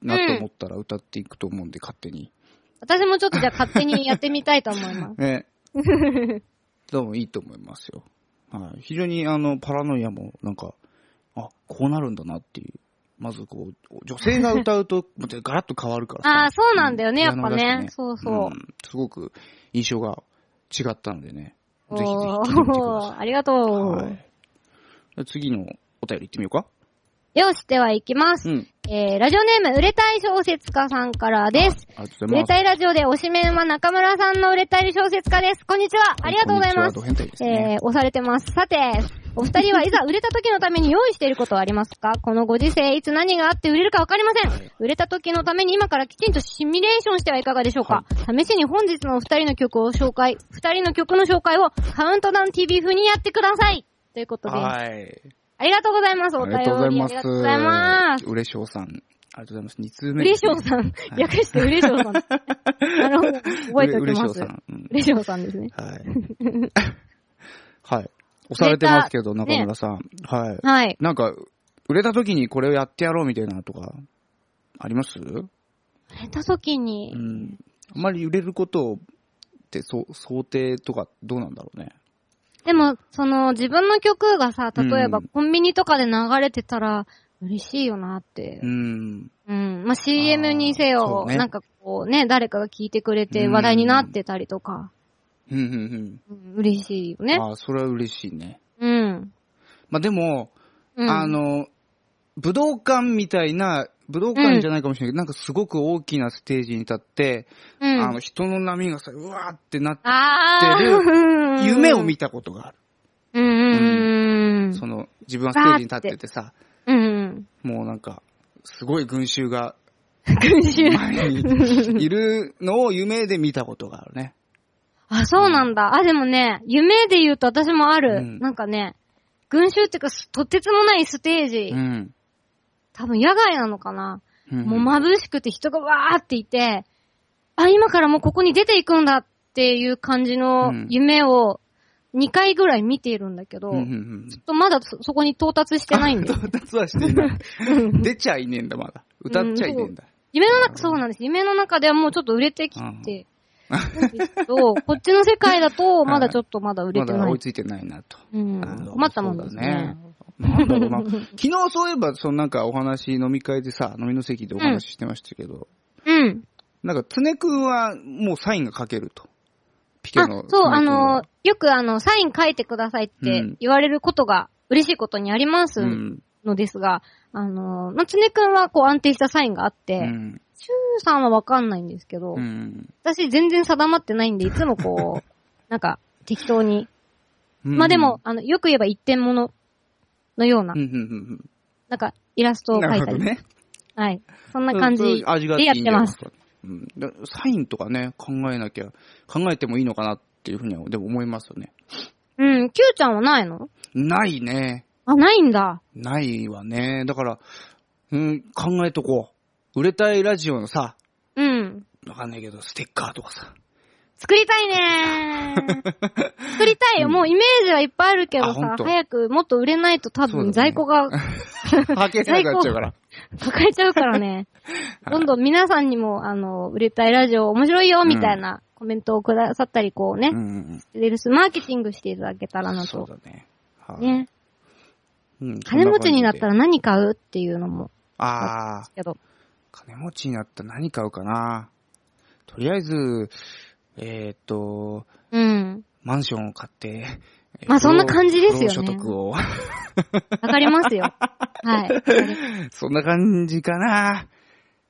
[SPEAKER 1] なと思ったら歌っていくと思うんで、勝手に。
[SPEAKER 2] 私もちょっとじゃあ勝手にやってみたいと 思います。
[SPEAKER 1] ね。 でもいいと思いますよ。はい。非常にあの、パラノイアもなんか、あ、こうなるんだなっていう。まずこう、女性が歌うと、 またガラッと変わるからさ。
[SPEAKER 2] ああ、そうなんだよね、やっ
[SPEAKER 1] ピア
[SPEAKER 2] ぱ
[SPEAKER 1] ノだし
[SPEAKER 2] ね。そうそう
[SPEAKER 1] う。んすごく印象が違ったのでね。ぜひぜひ
[SPEAKER 2] お
[SPEAKER 1] 聞いてみてくださ
[SPEAKER 2] ー、ありがとう。
[SPEAKER 1] い。はいじゃあ次のお便り行ってみようか。
[SPEAKER 2] よし、では行きます。
[SPEAKER 1] うん。
[SPEAKER 2] えー、ラジオネーム、売れたい小説家さんからです。
[SPEAKER 1] ありがとうござい
[SPEAKER 2] 売れ
[SPEAKER 1] ます。
[SPEAKER 2] たいラジオで推しメンは中村さんの売れたい小説家です。こんにちは。ありがとうございます
[SPEAKER 1] こ。んにちはド変態ですね
[SPEAKER 2] えー、押されてます。さて、お二人はいざ売れた時のために用意していることはありますかこのご時世、いつ何があって売れるかわかりません。売れた時のために今からきちんとシミュレーションしてはいかがでしょうか、試しに本日のお二人の曲を紹介、二人の曲の紹介をカウントダウン TV 風にやってくださいということで、あ
[SPEAKER 1] はい。
[SPEAKER 2] りがとうございます。お
[SPEAKER 1] あり
[SPEAKER 2] 便り
[SPEAKER 1] がとうござい
[SPEAKER 2] あ
[SPEAKER 1] ま
[SPEAKER 2] り
[SPEAKER 1] す。
[SPEAKER 2] がとうございます。
[SPEAKER 1] うれしょうさん。ありがとうございます。二通
[SPEAKER 2] う
[SPEAKER 1] 目
[SPEAKER 2] れ
[SPEAKER 1] です
[SPEAKER 2] しょ
[SPEAKER 1] ね、
[SPEAKER 2] うさん。略してうれしょう さん。なるほど。覚えてお
[SPEAKER 1] う
[SPEAKER 2] きます。
[SPEAKER 1] れしょうさ。
[SPEAKER 2] うん
[SPEAKER 1] うん
[SPEAKER 2] うれしょうさんですね。
[SPEAKER 1] はい。はい。押されてますけど、中村さん。はい。
[SPEAKER 2] はい。
[SPEAKER 1] なんか、売れた時にこれをやってやろうみたいなとか、ありますう
[SPEAKER 2] 売れた時に、
[SPEAKER 1] ん。あんまり売れることって、そう、想定とかどうなんだろうね。
[SPEAKER 2] でも、その、自分の曲がさ、例えば
[SPEAKER 1] うん
[SPEAKER 2] コンビニとかで流れてたら、嬉しいよなって
[SPEAKER 1] う。ん。
[SPEAKER 2] うん。まあ、CM にせ
[SPEAKER 1] あーそ
[SPEAKER 2] よ、
[SPEAKER 1] うね
[SPEAKER 2] なんかこうね、誰かが聞いてくれて
[SPEAKER 1] うん
[SPEAKER 2] 話題になってたりとか、
[SPEAKER 1] うん、うん、
[SPEAKER 2] うん、嬉しいよ
[SPEAKER 1] う
[SPEAKER 2] ね
[SPEAKER 1] ん。。ああ、それは嬉しいね。
[SPEAKER 2] うん。
[SPEAKER 1] まあでも、
[SPEAKER 2] うん、
[SPEAKER 1] あ、の、武道館みたいな、武道館じゃないかもしれないけど、なんかすごく大きなステージに立って、
[SPEAKER 2] うん、
[SPEAKER 1] あの、人の波がさ、うわーってなって、
[SPEAKER 2] あー、
[SPEAKER 1] 夢を見
[SPEAKER 2] て、
[SPEAKER 1] たことがある。
[SPEAKER 2] うんうんうん。
[SPEAKER 1] その、自分はステージに立っててさ、
[SPEAKER 2] うんうん。
[SPEAKER 1] もうなんか、すごい群衆が
[SPEAKER 2] 群衆。
[SPEAKER 1] 前にいるのを夢で見たことがあるね。
[SPEAKER 2] あ、そうなんだ。あ、でもね、夢で言うと私もある。
[SPEAKER 1] うん
[SPEAKER 2] なんかね、群衆っていうか、すとてつもないステージ、
[SPEAKER 1] うん。
[SPEAKER 2] 多分野外なのかな。
[SPEAKER 1] うん
[SPEAKER 2] もう眩しくて人がわーっていて、あ、今からもうここに出ていくんだっていう感じの
[SPEAKER 1] うん
[SPEAKER 2] 夢を2回ぐらい見ているんだけど、
[SPEAKER 1] うんうんう
[SPEAKER 2] ち
[SPEAKER 1] ん
[SPEAKER 2] ょっとまだそそこに到達してないんだよ。
[SPEAKER 1] 到達はしてない。
[SPEAKER 2] うん
[SPEAKER 1] 出ちゃいねえんだ、まだ。歌っちゃいねえんだ。
[SPEAKER 2] 夢の中、そうなんです。夢の中ではもうちょっと売れてきて、るんですけ ど、こっちの世界だと、まだちょっとまだ売れ
[SPEAKER 1] ま
[SPEAKER 2] て
[SPEAKER 1] だ
[SPEAKER 2] ない
[SPEAKER 1] 追い。ついてないなと。
[SPEAKER 2] うん
[SPEAKER 1] あの
[SPEAKER 2] 困ったもんですね。。
[SPEAKER 1] そうだねなんだろうな 昨日そういえば、そのなんかお話、飲み会でさ、飲みの席でお話ししてましたけど、
[SPEAKER 2] うん。
[SPEAKER 1] なんか、常くんはもうサインが書けると。ピケ
[SPEAKER 2] あ
[SPEAKER 1] の。、
[SPEAKER 2] そう、
[SPEAKER 1] 常
[SPEAKER 2] あ
[SPEAKER 1] 君
[SPEAKER 2] の
[SPEAKER 1] は、
[SPEAKER 2] よくあの、サイン書いてくださいっ
[SPEAKER 1] う
[SPEAKER 2] て
[SPEAKER 1] ん
[SPEAKER 2] 言われることが嬉しいことにあります
[SPEAKER 1] うん。
[SPEAKER 2] のですが、あの、まあ、つねくんはこう安定したサインがあっ
[SPEAKER 1] う
[SPEAKER 2] て、シュ
[SPEAKER 1] ん。
[SPEAKER 2] ーさんはわかんないんですけど、
[SPEAKER 1] うん。
[SPEAKER 2] 私全然定まってない んで、いつもこう、なんか適当に。まあ、でも、あの、よく言えば一点物のような
[SPEAKER 1] うん、う、ん、うん
[SPEAKER 2] なんか、イラスト
[SPEAKER 1] う
[SPEAKER 2] を
[SPEAKER 1] ん。な
[SPEAKER 2] 描い
[SPEAKER 1] るほ
[SPEAKER 2] た
[SPEAKER 1] ど
[SPEAKER 2] り。
[SPEAKER 1] ね。
[SPEAKER 2] はい。そんな感じでやってます。。
[SPEAKER 1] うん、だサインとかね、考えなきゃ、考えてもいいのかなっていうふうには、でも思いますよね。
[SPEAKER 2] うん、Q ちゃんはないの
[SPEAKER 1] ないね。
[SPEAKER 2] あ、ないんだ。
[SPEAKER 1] ないわね。だから、うん、考えとこう。売れたいラジオのさ、
[SPEAKER 2] うん。
[SPEAKER 1] わかんないけど、ステッカーとかさ。
[SPEAKER 2] 作りたいね ー作りたいよ。もうイメージはいっぱいあるけど
[SPEAKER 1] あほ
[SPEAKER 2] さ
[SPEAKER 1] ん、と
[SPEAKER 2] 早くもっと売れないと多
[SPEAKER 1] そうだ
[SPEAKER 2] 分
[SPEAKER 1] ね
[SPEAKER 2] 在庫
[SPEAKER 1] は
[SPEAKER 2] が
[SPEAKER 1] けなくなっちゃうから。
[SPEAKER 2] 抱えちゃうからね。どんどん皆さんにも、あの、売れたいラジオ面白いよ、みたいなコメントをくださったり、こうね
[SPEAKER 1] う、んうん
[SPEAKER 2] レルスマーケティングしていただけたら
[SPEAKER 1] う。
[SPEAKER 2] なん
[SPEAKER 1] そう
[SPEAKER 2] と。
[SPEAKER 1] だね。はい
[SPEAKER 2] ね。
[SPEAKER 1] うん
[SPEAKER 2] 金持ちになった
[SPEAKER 1] ら。
[SPEAKER 2] ら何買うっていうのも、
[SPEAKER 1] ああ、
[SPEAKER 2] けど。
[SPEAKER 1] 金持ちになったら何買うかな。とりあえず、えーっと、
[SPEAKER 2] うん。
[SPEAKER 1] マンションを買って、えー
[SPEAKER 2] まあそんな感じです
[SPEAKER 1] 不労所
[SPEAKER 2] よね
[SPEAKER 1] 得を。
[SPEAKER 2] わかりますよ。はい。
[SPEAKER 1] そんな感じかな。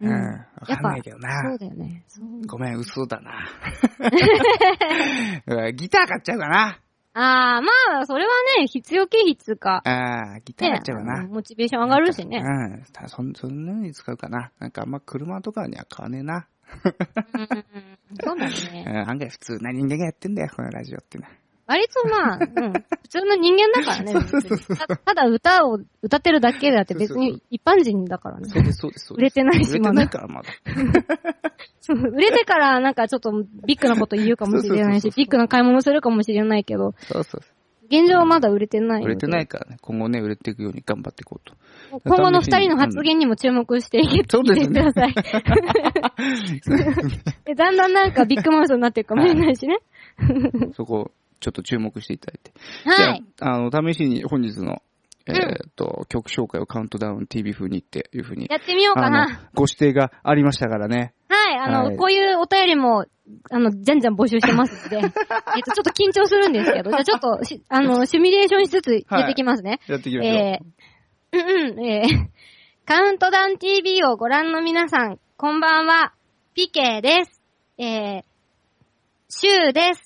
[SPEAKER 1] うん。
[SPEAKER 2] うん
[SPEAKER 1] わかんないけど
[SPEAKER 2] そ
[SPEAKER 1] な
[SPEAKER 2] う。だよね。そう
[SPEAKER 1] ごめん、嘘だな。 うんギター買っちゃうかな。
[SPEAKER 2] ああ、まあ、それはね、必要経費っつうか。
[SPEAKER 1] ああ、ギター買
[SPEAKER 2] ね
[SPEAKER 1] っちゃうかな。
[SPEAKER 2] モチベーション上がるしね。
[SPEAKER 1] うん。たそん、そんなのに使うかな。なんかあんま車とかには買わねえな。
[SPEAKER 2] うんそうだ
[SPEAKER 1] う
[SPEAKER 2] ね。
[SPEAKER 1] ん、案外普通な人間がやってんだよ、このラジオって な。
[SPEAKER 2] 割とまあ、うん、普通の人間だからね。別にたただ歌を歌ってるだけであって別に一般人だからね。
[SPEAKER 1] そうです、そうです、そう
[SPEAKER 2] 売
[SPEAKER 1] で
[SPEAKER 2] れ
[SPEAKER 1] す。
[SPEAKER 2] てない
[SPEAKER 1] 売
[SPEAKER 2] し、
[SPEAKER 1] れて
[SPEAKER 2] ま
[SPEAKER 1] ない
[SPEAKER 2] だ。
[SPEAKER 1] から、まだ。
[SPEAKER 2] そう売れてからなんかちょっとビッグなこと言うかもしれな
[SPEAKER 1] そう
[SPEAKER 2] い
[SPEAKER 1] そうそう
[SPEAKER 2] し、
[SPEAKER 1] そう
[SPEAKER 2] ビッグな買い物するかもしれないけど、
[SPEAKER 1] そうそうそ
[SPEAKER 2] 現状はまだ売れてな
[SPEAKER 1] う。
[SPEAKER 2] い。。
[SPEAKER 1] 売れてないいからね。今後ね、売れていくように頑張っていこうと。
[SPEAKER 2] 今後の二人の発言にも注目していけ
[SPEAKER 1] そうですね
[SPEAKER 2] いてくだ さい。でだんだんなんかビッグマウスになっていくかもしれないしね。
[SPEAKER 1] そこ、ちょっと注目していただいて。
[SPEAKER 2] はい。
[SPEAKER 1] じゃあ、あの、試しに本日の、えーっと、曲紹介をカウントダウン TV 風にっていう風に。
[SPEAKER 2] やってみようか
[SPEAKER 1] あ
[SPEAKER 2] な
[SPEAKER 1] の。、ご指定がありましたからね。
[SPEAKER 2] はい、あの、
[SPEAKER 1] はい
[SPEAKER 2] こういうお便りも、あの、じゃんじゃん募集してます ので、えっと、ちょっと緊張するんですけど、じゃあちょっとし、あの、シミュレーションしつつやっていきますね。
[SPEAKER 1] やっていきましょう。
[SPEAKER 2] えー、うんうん、えー、 カウントダウン TV をご覧の皆さん、こんばんは、ピケです。えー、シュウです。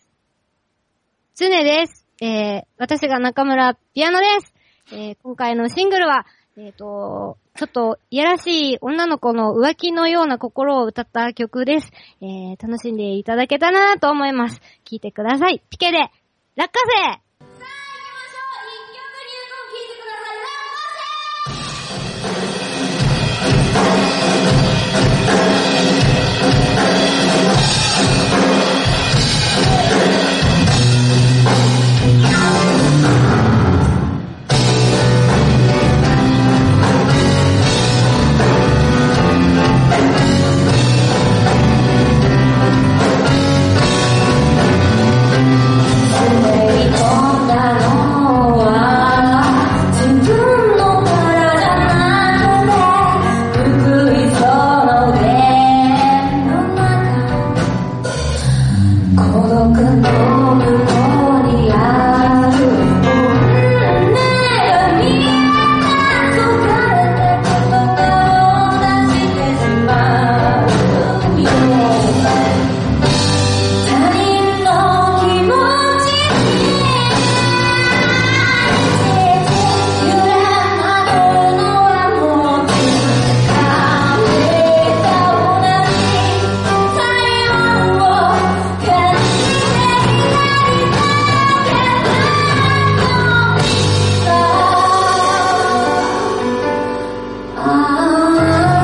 [SPEAKER 2] ツネです。えー、私が中村ピアノです。えー、今回のシングルは、えっ、と、ちょっと、いやらしい女の子の浮気のような心を歌った曲です。えー、楽しんでいただけたらなと思います。聴いてください。ピケで、落花生
[SPEAKER 3] 「自分の体をなくてくりその上の中」「孤独の向こうにある胸がみんなれて言葉を出してしまうよ」他人の気持ちになれない揺らはのはもうずっと同じ体温を感じていたけれども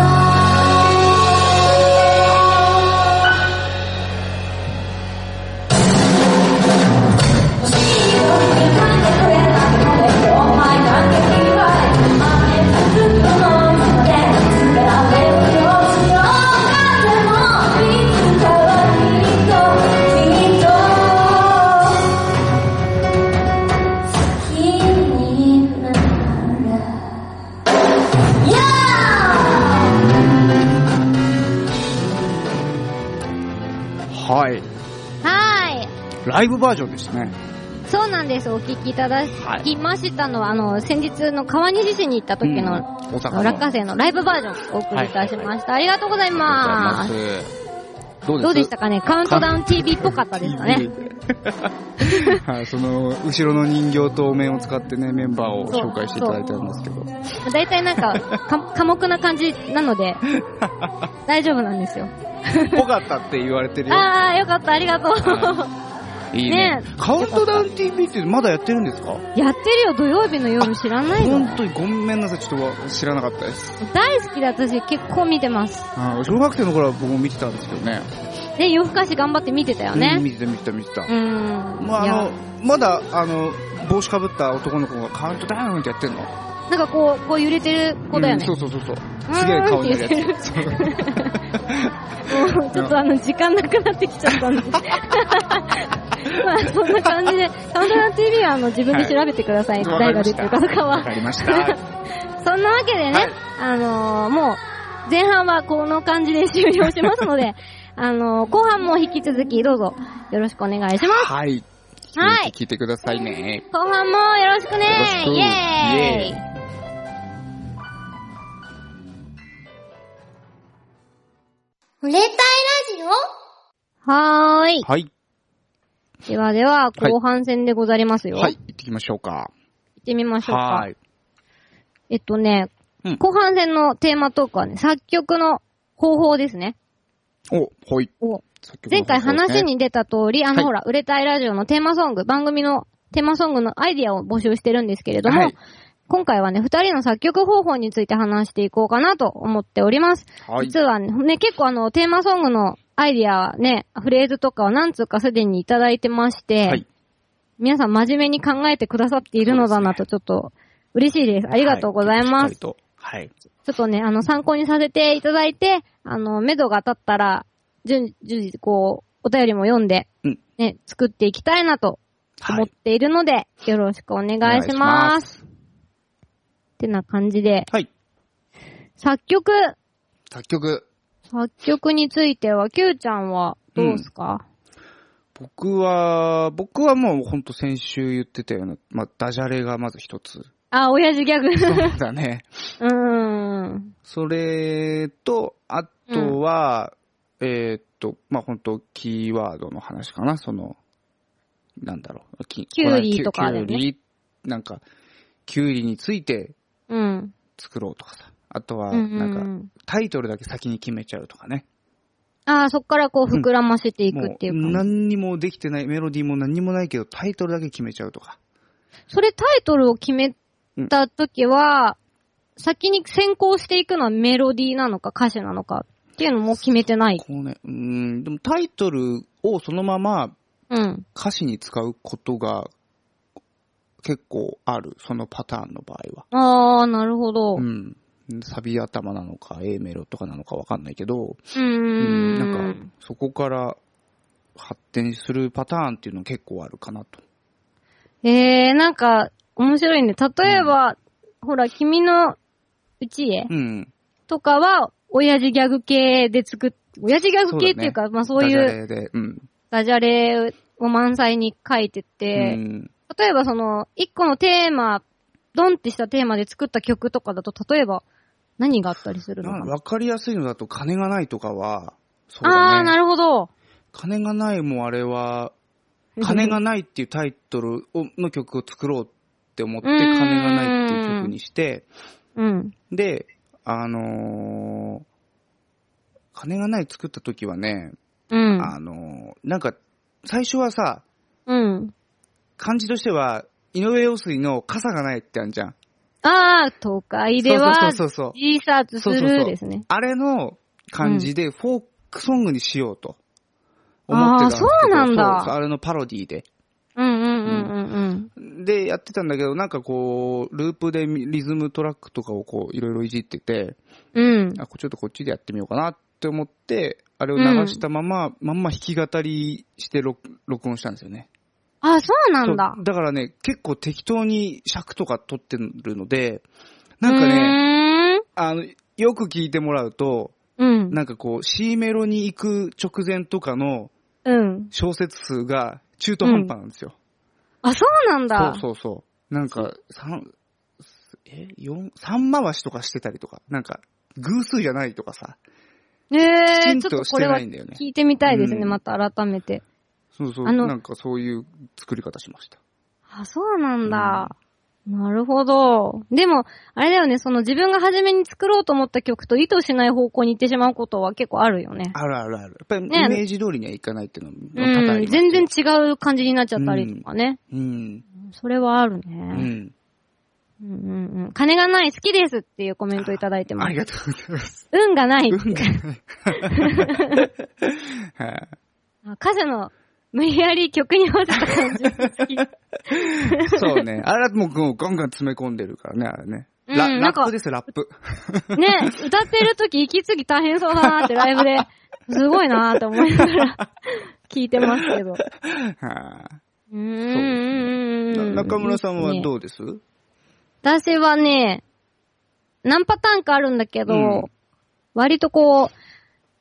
[SPEAKER 1] はい。
[SPEAKER 2] はい。
[SPEAKER 1] ライブバージョンでしたね。
[SPEAKER 2] そうなんです。お聞きいただ
[SPEAKER 1] はい
[SPEAKER 2] きましたのは、あの、先日の川西市に行った時
[SPEAKER 1] うん
[SPEAKER 2] の、
[SPEAKER 1] 大
[SPEAKER 2] あ
[SPEAKER 1] 阪
[SPEAKER 2] の
[SPEAKER 1] の。
[SPEAKER 2] 落
[SPEAKER 1] あ
[SPEAKER 2] 花
[SPEAKER 1] り
[SPEAKER 2] 生のライブバージョンをお送りいたしました。ありがとうござい
[SPEAKER 1] がとうございま。
[SPEAKER 2] ますす。
[SPEAKER 1] どうです
[SPEAKER 2] どうでしたかねカウントダウン TV っぽかったですかね。
[SPEAKER 1] はい、その、後ろの人形とお面を使ってね、メンバーを紹介していただいたんですけど。
[SPEAKER 2] 大体なんかか、寡黙な感じなので、大丈夫なんですよ。
[SPEAKER 1] ぽかったって言われてるよ。
[SPEAKER 2] あー、よかった、ありがとう。
[SPEAKER 1] いい
[SPEAKER 2] ね
[SPEAKER 1] ね。カウントダウン TV ってまだやってるんですか
[SPEAKER 2] やってるよ、土曜日の夜知らないの
[SPEAKER 1] 本当にごめんなさい、ちょっと知らなかったです。
[SPEAKER 2] 大好きで私結構見てます。
[SPEAKER 1] あー小学生の頃は僕も見てたんですけどね。
[SPEAKER 2] で、夜更かし頑張って見てたよ
[SPEAKER 1] うん
[SPEAKER 2] ね。
[SPEAKER 1] 見てた見てた見てた。
[SPEAKER 2] うーん。
[SPEAKER 1] まあ、
[SPEAKER 2] い
[SPEAKER 1] あ
[SPEAKER 2] や
[SPEAKER 1] の、まだ、あの、帽子かぶった男の子がカウントダウンってやってんの
[SPEAKER 2] なんかこう、こう揺れてる子だよね。
[SPEAKER 1] うんそうそうそうそう。すげえ顔になるやつ。
[SPEAKER 2] もう ちょっとあの、時間なくなってきちゃっ たんで。まあ、そんな感じで、カウントダウン TV はあの、自分で調べてください。
[SPEAKER 1] わか
[SPEAKER 2] 誰
[SPEAKER 1] りま
[SPEAKER 2] が出
[SPEAKER 1] してた
[SPEAKER 2] るかとか
[SPEAKER 1] わ
[SPEAKER 2] は。
[SPEAKER 1] かりました。
[SPEAKER 2] そんなわけでね、
[SPEAKER 1] はい
[SPEAKER 2] あのーもう、前半はこの感じで終了しますので、 あのー後半も引き続きどうぞ、よろしくお願いします。
[SPEAKER 1] はい。
[SPEAKER 2] はい
[SPEAKER 1] 聞いてくださいね。
[SPEAKER 2] 後半もよろしくね
[SPEAKER 1] よろしく
[SPEAKER 2] イエ
[SPEAKER 1] イ
[SPEAKER 2] ーイ
[SPEAKER 1] エ
[SPEAKER 4] 売れたいラジオ
[SPEAKER 2] はーい。
[SPEAKER 1] はい。
[SPEAKER 2] ではでは、後半戦でござりますよ。
[SPEAKER 1] はい。行ってきましょうか。
[SPEAKER 2] 行ってみましょう
[SPEAKER 1] は
[SPEAKER 2] か
[SPEAKER 1] ー。い。
[SPEAKER 2] えっとね、
[SPEAKER 1] うん
[SPEAKER 2] 後半戦のテーマトークはね、作曲の方法ですね。
[SPEAKER 1] お、はい。
[SPEAKER 2] お
[SPEAKER 1] 作曲の
[SPEAKER 2] 前回
[SPEAKER 1] 方ですね
[SPEAKER 2] 話に出た通り、あ
[SPEAKER 1] は
[SPEAKER 2] の
[SPEAKER 1] い
[SPEAKER 2] ほら、売れたいラジオのテーマソング、番組のテーマソングのアイディアを募集してるんですけれども、
[SPEAKER 1] はい
[SPEAKER 2] 今回はね、二人の作曲方法について話していこうかなと思っております。
[SPEAKER 1] はい
[SPEAKER 2] 実はね結構あの、テーマソングのアイディアはね、フレーズとかは何つうかすでにいただいてまして、
[SPEAKER 1] はい。
[SPEAKER 2] 皆さん真面目に考えてくださっているのだなと、ちょっと嬉しいです。あ
[SPEAKER 1] あ
[SPEAKER 2] りがとうございま
[SPEAKER 1] しっか
[SPEAKER 2] す。
[SPEAKER 1] りとはい。
[SPEAKER 2] ちょっとね、あの、参考にさせていただいて、あの、目処が立ったら、順順次、こう、お便りも読んで、
[SPEAKER 1] うん
[SPEAKER 2] ね、作っていきたいなと
[SPEAKER 1] は
[SPEAKER 2] 思っ
[SPEAKER 1] い。
[SPEAKER 2] ているので、よろしくお願いし
[SPEAKER 1] お
[SPEAKER 2] ま。
[SPEAKER 1] 願いします
[SPEAKER 2] ってな感じで、
[SPEAKER 1] はい。
[SPEAKER 2] 作曲、
[SPEAKER 1] 作曲。
[SPEAKER 2] 作曲については、キューちゃんはどうすか、
[SPEAKER 1] 僕は、僕はもうほんと先週言ってたような、まあ、ダジャレがまず一つ。
[SPEAKER 2] あ、親父ギャグ。 う
[SPEAKER 1] そうだね。
[SPEAKER 2] ーん。
[SPEAKER 1] それと、あとは、えーっと、まあ、本当キーワードの話かな、その、なんだろう、き
[SPEAKER 2] キュウリとか
[SPEAKER 1] キュ
[SPEAKER 2] だよね
[SPEAKER 1] キュウリ、なんか、キュウリについて
[SPEAKER 2] うん。
[SPEAKER 1] 作ろうとかさ。あとは、
[SPEAKER 2] うんうんう
[SPEAKER 1] なん
[SPEAKER 2] ん
[SPEAKER 1] か、タイトルだけ先に決めちゃうとかね。
[SPEAKER 2] ああ、そっからこう、膨らませてい
[SPEAKER 1] も
[SPEAKER 2] くっていう感じ。
[SPEAKER 1] 何にもできてない、メロディーも何にもないけど、タイトルだけ決めちゃうとか。
[SPEAKER 2] それタイトルを決めた時は、先に先行していくのはメロディーなのか歌詞なのかっていうのも決めてない。
[SPEAKER 1] こうね、うーん、でもタイトルをそのまま
[SPEAKER 2] うん。
[SPEAKER 1] 歌詞に使うことが結構ある、そのパターンの場合は。
[SPEAKER 2] あー、なるほど。う。
[SPEAKER 1] うんん。サビ頭なのか、A メロとかなのかわかんないけど、
[SPEAKER 2] ーん
[SPEAKER 1] なんか、そこから発展するパターンっていうの結構あるかなと。
[SPEAKER 2] えー、なんか、面白いね。例えば、ほら、君のうちへ
[SPEAKER 1] うん。
[SPEAKER 2] とかは、親父ギャグ系で作っ、親父ギャグ系っていうか、まあそうい
[SPEAKER 1] ダジ
[SPEAKER 2] う
[SPEAKER 1] ャレで、うん。
[SPEAKER 2] ダジャレを満載に書いてて、
[SPEAKER 1] うん
[SPEAKER 2] 例えばその、一個のテーマ、ドンってしたテーマで作った曲とかだと、例えば、何があったりするの
[SPEAKER 1] なん
[SPEAKER 2] か
[SPEAKER 1] か
[SPEAKER 2] な
[SPEAKER 1] わかりやすいのだと、金がないとかは、そう
[SPEAKER 2] あ
[SPEAKER 1] だ
[SPEAKER 2] ー、
[SPEAKER 1] ね。
[SPEAKER 2] なるほど。
[SPEAKER 1] 金がないもあれは、金がないっていうタイトルをの曲を作ろうって思って、
[SPEAKER 2] うーん
[SPEAKER 1] 金がないっていう曲にして、
[SPEAKER 2] うん。
[SPEAKER 1] で、あのー金がない作った時はね、
[SPEAKER 2] うん。
[SPEAKER 1] あのーなんか、最初はさ、
[SPEAKER 2] うん。
[SPEAKER 1] 漢字としては、井上陽水の傘がないってあるじゃん。
[SPEAKER 2] あー、都会では、
[SPEAKER 1] そうそうそうそう
[SPEAKER 2] G サーツす
[SPEAKER 1] そうそうそ
[SPEAKER 2] る
[SPEAKER 1] う
[SPEAKER 2] ですね。
[SPEAKER 1] あれの漢字でフォークソングにしようと思
[SPEAKER 2] あー
[SPEAKER 1] ってたんですけど。
[SPEAKER 2] そうなんだ
[SPEAKER 1] そうあれのパロディーで。
[SPEAKER 2] うんうんうんうんうん。
[SPEAKER 1] で、やってたんだけど、なんかこう、ループでリズムトラックとかをこう、いろいろいじってて、
[SPEAKER 2] うん。
[SPEAKER 1] あ、ちょっとこっちでやってみようかなって思って、あれを流したまま、まんま弾き語りして録録音したんですよね。
[SPEAKER 2] あ、そうなんだ
[SPEAKER 1] そ。うからね、結構適当に尺とか取ってるので、なんかね、あの、よく聞いてもらうと、
[SPEAKER 2] うーん。うん。
[SPEAKER 1] なんかこう、C メロに行く直前とかの
[SPEAKER 2] うん。
[SPEAKER 1] 小説数が中途半端なんですよ。
[SPEAKER 2] あ、そうなんだ。
[SPEAKER 1] そうそうそう。なんか、三、え、四、三回しとかしてたりとか、なんか、偶数じゃないとかさ、
[SPEAKER 2] えー、
[SPEAKER 1] き
[SPEAKER 2] ち
[SPEAKER 1] ちん
[SPEAKER 2] ょっと
[SPEAKER 1] と
[SPEAKER 2] こ
[SPEAKER 1] し
[SPEAKER 2] れ
[SPEAKER 1] て
[SPEAKER 2] は
[SPEAKER 1] ないんだよね
[SPEAKER 2] 聞いてみたいですね、
[SPEAKER 1] うん
[SPEAKER 2] また改めて。
[SPEAKER 1] そうそう、
[SPEAKER 2] あの
[SPEAKER 1] なんかそういう作り方しました。
[SPEAKER 2] あ、そうなんだ。なるほど。でも、あれだよね、その自分が初めに作ろうと思った曲と意図しない方向に行ってしまうことは結構あるよね。
[SPEAKER 1] あるあるある。やっぱりイ
[SPEAKER 2] ね
[SPEAKER 1] メージ通りにはいかないっていうのも多々あ
[SPEAKER 2] う
[SPEAKER 1] り
[SPEAKER 2] ん、
[SPEAKER 1] ますよ
[SPEAKER 2] 全然違う感じになっちゃったりとかね。
[SPEAKER 1] うん。
[SPEAKER 2] それはある
[SPEAKER 1] う
[SPEAKER 2] ね。
[SPEAKER 1] ん。
[SPEAKER 2] うん、うん、うん。金がない、好きですっていうコメントいただいてま
[SPEAKER 1] あり
[SPEAKER 2] す。
[SPEAKER 1] がとうございます。
[SPEAKER 2] 運がない。
[SPEAKER 1] 運がない。はい。
[SPEAKER 2] あ歌詞の無理やり曲に合わせた感じ好き。
[SPEAKER 1] そう ね。あれはもうもうガンガン詰め込んでるからね、あれね。
[SPEAKER 2] うん
[SPEAKER 1] ラ
[SPEAKER 2] な
[SPEAKER 1] ラ
[SPEAKER 2] んか
[SPEAKER 1] ップです、ラップ。
[SPEAKER 2] ね、歌ってる時息継ぎ大変そうだなってライブで、すごいなって思いながら聞いてますけど。
[SPEAKER 1] は
[SPEAKER 2] うーん
[SPEAKER 1] い。な中村さんは
[SPEAKER 2] う
[SPEAKER 1] どうです
[SPEAKER 2] 私はね、何パターンかあるんだけど、
[SPEAKER 1] うん
[SPEAKER 2] 割とこう、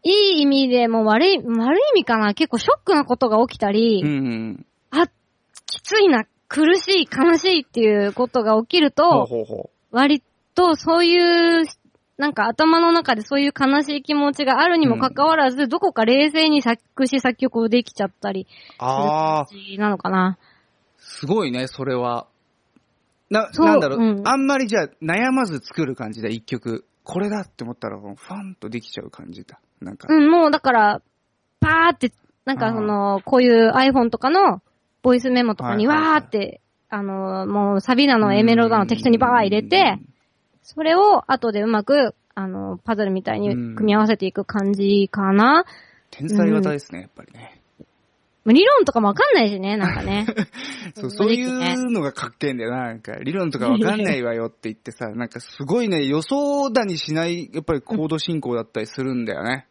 [SPEAKER 2] いい意味でも悪い、悪い意味かな結構ショックなことが起きたり、
[SPEAKER 1] うん。
[SPEAKER 2] あ、きついな、苦しい、悲しいっていうことが起きる
[SPEAKER 1] ほう
[SPEAKER 2] と、
[SPEAKER 1] ほうほ
[SPEAKER 2] 割とそういう、なんか頭の中でそういう悲しい気持ちがあるにもかかわらず、どこか冷静に作詞作曲をできちゃったり
[SPEAKER 1] う。ああ、
[SPEAKER 2] する感じなのかな。
[SPEAKER 1] すごいね、それは。な、
[SPEAKER 2] そう
[SPEAKER 1] なんだろ
[SPEAKER 2] う
[SPEAKER 1] う。
[SPEAKER 2] ん
[SPEAKER 1] あんまりじゃあ悩まず作る感じだ、一曲。これだって思ったら、もうファンとできちゃう感じだ。なんか。
[SPEAKER 2] うん、もうだから、パーって、なんかその、こういう iPhone とかの、ボイスメモとかに
[SPEAKER 1] はいはい
[SPEAKER 2] わ
[SPEAKER 1] はい
[SPEAKER 2] ーって、あの、もうサビなの、A メロだの、適当にバー入れて、それを後でうまく、あの、パズルみたいに組み合わせていく感じかな。
[SPEAKER 1] 天才型ですね、やっぱりね。
[SPEAKER 2] まあ理論とかもわかんないしね、なん かね。
[SPEAKER 1] そう、
[SPEAKER 2] そ
[SPEAKER 1] そうう
[SPEAKER 2] で
[SPEAKER 1] い
[SPEAKER 2] すね
[SPEAKER 1] うのがかっけえんだよな、なんか。理論とかわかんないわよって言って さ、なんかすごいね、予想だにしない、やっぱり行動進行だったりするんだよね。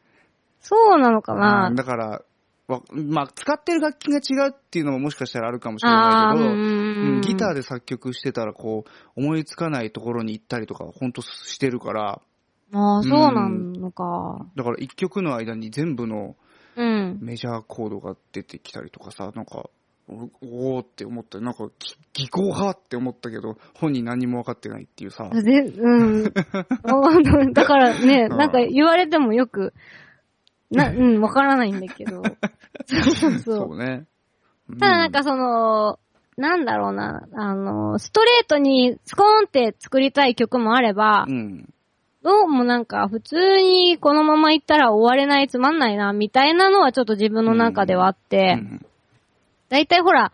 [SPEAKER 2] そうなのか
[SPEAKER 1] う。
[SPEAKER 2] なん
[SPEAKER 1] だから、わまあ、使ってる楽器が違うっていうのももしかしたらあるかもしれ
[SPEAKER 2] あ
[SPEAKER 1] な
[SPEAKER 2] あ
[SPEAKER 1] い
[SPEAKER 2] ー、
[SPEAKER 1] け
[SPEAKER 2] う
[SPEAKER 1] ど、
[SPEAKER 2] ん。
[SPEAKER 1] ギターで作曲してたら、こう、思いつかないところに行ったりとか、ほんとしてるから、
[SPEAKER 2] ああ、そうなのか。
[SPEAKER 1] だから一曲の間に全部の
[SPEAKER 2] うん。
[SPEAKER 1] メジャーコードが出てきたりとかさ、なんか、おおーって思ったなんか、ぎ技巧派って思ったけど、本人何も分かってないっていうさ、
[SPEAKER 2] で、うん。 お だからね、
[SPEAKER 1] うん
[SPEAKER 2] なんか言われてもよく、 な、うん、わからないんだけど。そうそうそ。
[SPEAKER 1] そううね。
[SPEAKER 2] ただなんかその、なんだろうな、あの、ストレートにスコーンって作りたい曲もあれば
[SPEAKER 1] う、ん、
[SPEAKER 2] どうもなんか普通にこのまま行ったら終われないつまんないな、みたいなのはちょっと自分の中ではあって
[SPEAKER 1] う、ん。
[SPEAKER 2] だいたいほら、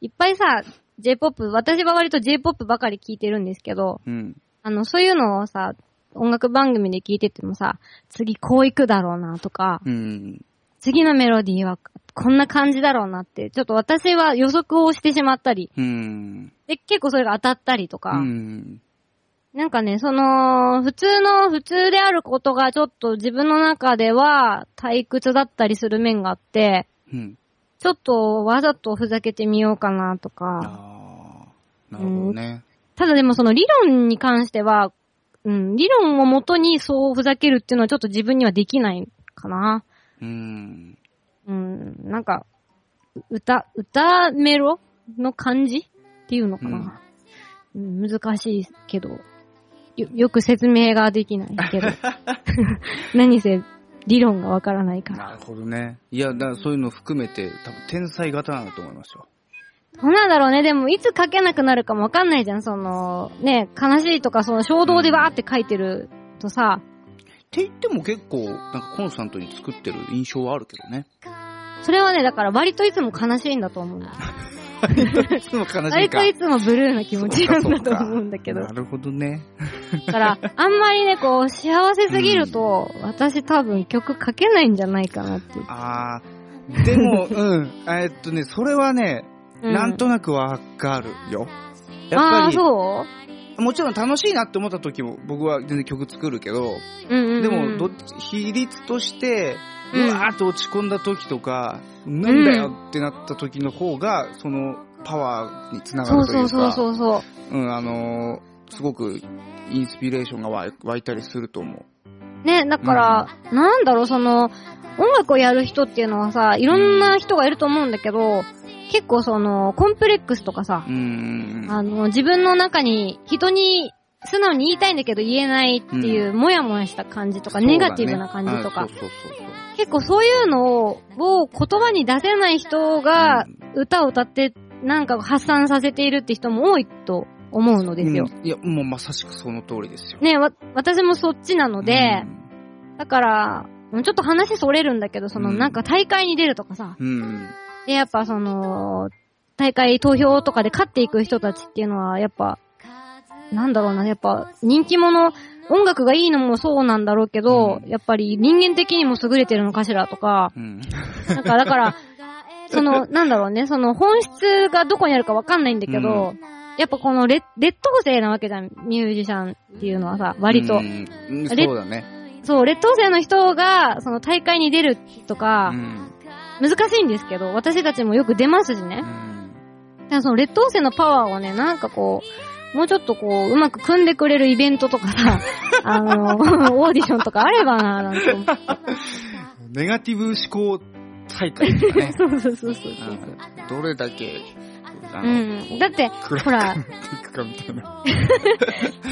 [SPEAKER 2] いっぱいさ、J-POP、私は割と J-POP ばかり聴いてるんですけど、
[SPEAKER 1] うん。
[SPEAKER 2] あの、そういうのをさ、音楽番組で聞いててもさ、次こう行くだろうなとか、
[SPEAKER 1] うん。
[SPEAKER 2] 次のメロディーはこんな感じだろうなって、ちょっと私は予測をしてしまったり、
[SPEAKER 1] うん。
[SPEAKER 2] で、結構それが当たったりとか、
[SPEAKER 1] うん。
[SPEAKER 2] なんかね、その、普通の、普通であることがちょっと自分の中では退屈だったりする面があって、
[SPEAKER 1] うん。
[SPEAKER 2] ちょっとわざとふざけてみようかなとか、
[SPEAKER 1] ああ、なるほどね。
[SPEAKER 2] ただでもその理論に関しては、うん、理論をもとにそうふざけるっていうのはちょっと自分にはできないかな。
[SPEAKER 1] うん。
[SPEAKER 2] うん、なんか、歌、歌メロの感じっていうのかな、うん難しいけど、よ、よく説明ができないけ ど。何せ、理論がわからないから。
[SPEAKER 1] なるほどね。いや、だからそういうの含めて、多分天才型なんだと思いますよ。
[SPEAKER 2] どうなんだろうね。でも、いつ書けなくなるかもわかんないじゃん。その、ね、悲しいとか、その衝動でわーって書いてるとさ、
[SPEAKER 1] って言っても結構、なんかコンスタントに作ってる印象はあるけど ね。
[SPEAKER 2] それはね、だから割といつも悲しいんだと 思うんだ。
[SPEAKER 1] いつも悲しいか。
[SPEAKER 2] 割といつもブルーな気持ちなんだと思うんだけど。
[SPEAKER 1] なるほどね。
[SPEAKER 2] だから、あんまりね、こう、幸せすぎると、私多分曲書けないんじゃないかなっていう。
[SPEAKER 1] あ ー、でも、うん。えっとね、それはね、
[SPEAKER 2] うん
[SPEAKER 1] なんとなくわかるよ。
[SPEAKER 2] あ
[SPEAKER 1] や
[SPEAKER 2] あ
[SPEAKER 1] っぱ
[SPEAKER 2] ー、そ
[SPEAKER 1] り、もちろん楽しいなって思った時も僕は全然曲作るけど、
[SPEAKER 2] ううんうんうん。
[SPEAKER 1] でも、どっち、比率として、う
[SPEAKER 2] うん
[SPEAKER 1] わーっと落ち込んだ時とか、なんだよってなった時の方が、そのパワーにつなが
[SPEAKER 2] そう
[SPEAKER 1] るとい
[SPEAKER 2] そうう
[SPEAKER 1] か、
[SPEAKER 2] そうそうそう。
[SPEAKER 1] うん、あのーすごくインスピレーションが湧い湧いたりすると思
[SPEAKER 2] ね、だから、なんだろう、その、音楽をやる人っていうのはさ、いろんな人がいると思うんだけど、結構その、コンプレックスとかさ
[SPEAKER 1] う。う、ん。
[SPEAKER 2] あの、自分の中に、人に素直に言いたいんだけど言えないっていう、
[SPEAKER 1] う
[SPEAKER 2] もやもやした感じとか、
[SPEAKER 1] そうだね
[SPEAKER 2] ネガティブな感じと
[SPEAKER 1] あ
[SPEAKER 2] か
[SPEAKER 1] そう、そうそうそう。
[SPEAKER 2] 結構そういうのを、を言葉に出せない人が
[SPEAKER 1] うん
[SPEAKER 2] 歌を歌ってなんか発散させているって人も多いと思うのですよ。
[SPEAKER 1] うんいや、もうまさしくその通りですよ。
[SPEAKER 2] ねわ、私もそっちなので
[SPEAKER 1] う、ん
[SPEAKER 2] だから、ちょっと話それるんだけど、その、
[SPEAKER 1] うん
[SPEAKER 2] なんか大会に出るとかさ、
[SPEAKER 1] うん。
[SPEAKER 2] で、やっぱその、大会投票とかで勝っていく人たちっていうのは、やっぱ、なんだろうな、やっぱ人気者、音楽がいいのもそうなんだろうけど、
[SPEAKER 1] うん
[SPEAKER 2] やっぱり人間的にも優れてるのかしらとか、
[SPEAKER 1] うん。
[SPEAKER 2] なんか だから、その、なんだろうね、その本質がどこにあるかわかんないんだけど、
[SPEAKER 1] う
[SPEAKER 2] やっぱこの劣劣等生なわけじゃん、ミュージシャンっていうのはさ、割と。
[SPEAKER 1] うんうんそうだね。
[SPEAKER 2] そう、劣等生の人が、その大会に出ると
[SPEAKER 1] う
[SPEAKER 2] か、
[SPEAKER 1] ん。
[SPEAKER 2] 難しいんですけど、私たちもよく出ますし
[SPEAKER 1] う
[SPEAKER 2] ね。
[SPEAKER 1] ん
[SPEAKER 2] だからその劣等生のパワーをね、なんかこう、もうちょっとこう、うまく組んでくれるイベントとか さ、あの、 オーディションとかあればな、なんて思って。。
[SPEAKER 1] ネガティブ思考大会とかね
[SPEAKER 2] そうそうそうそう
[SPEAKER 1] う
[SPEAKER 2] そう。
[SPEAKER 1] んどれだけ、あ
[SPEAKER 2] う
[SPEAKER 1] の、
[SPEAKER 2] ん。だって、
[SPEAKER 1] 暗く
[SPEAKER 2] ほら
[SPEAKER 1] なっていくかみたいな。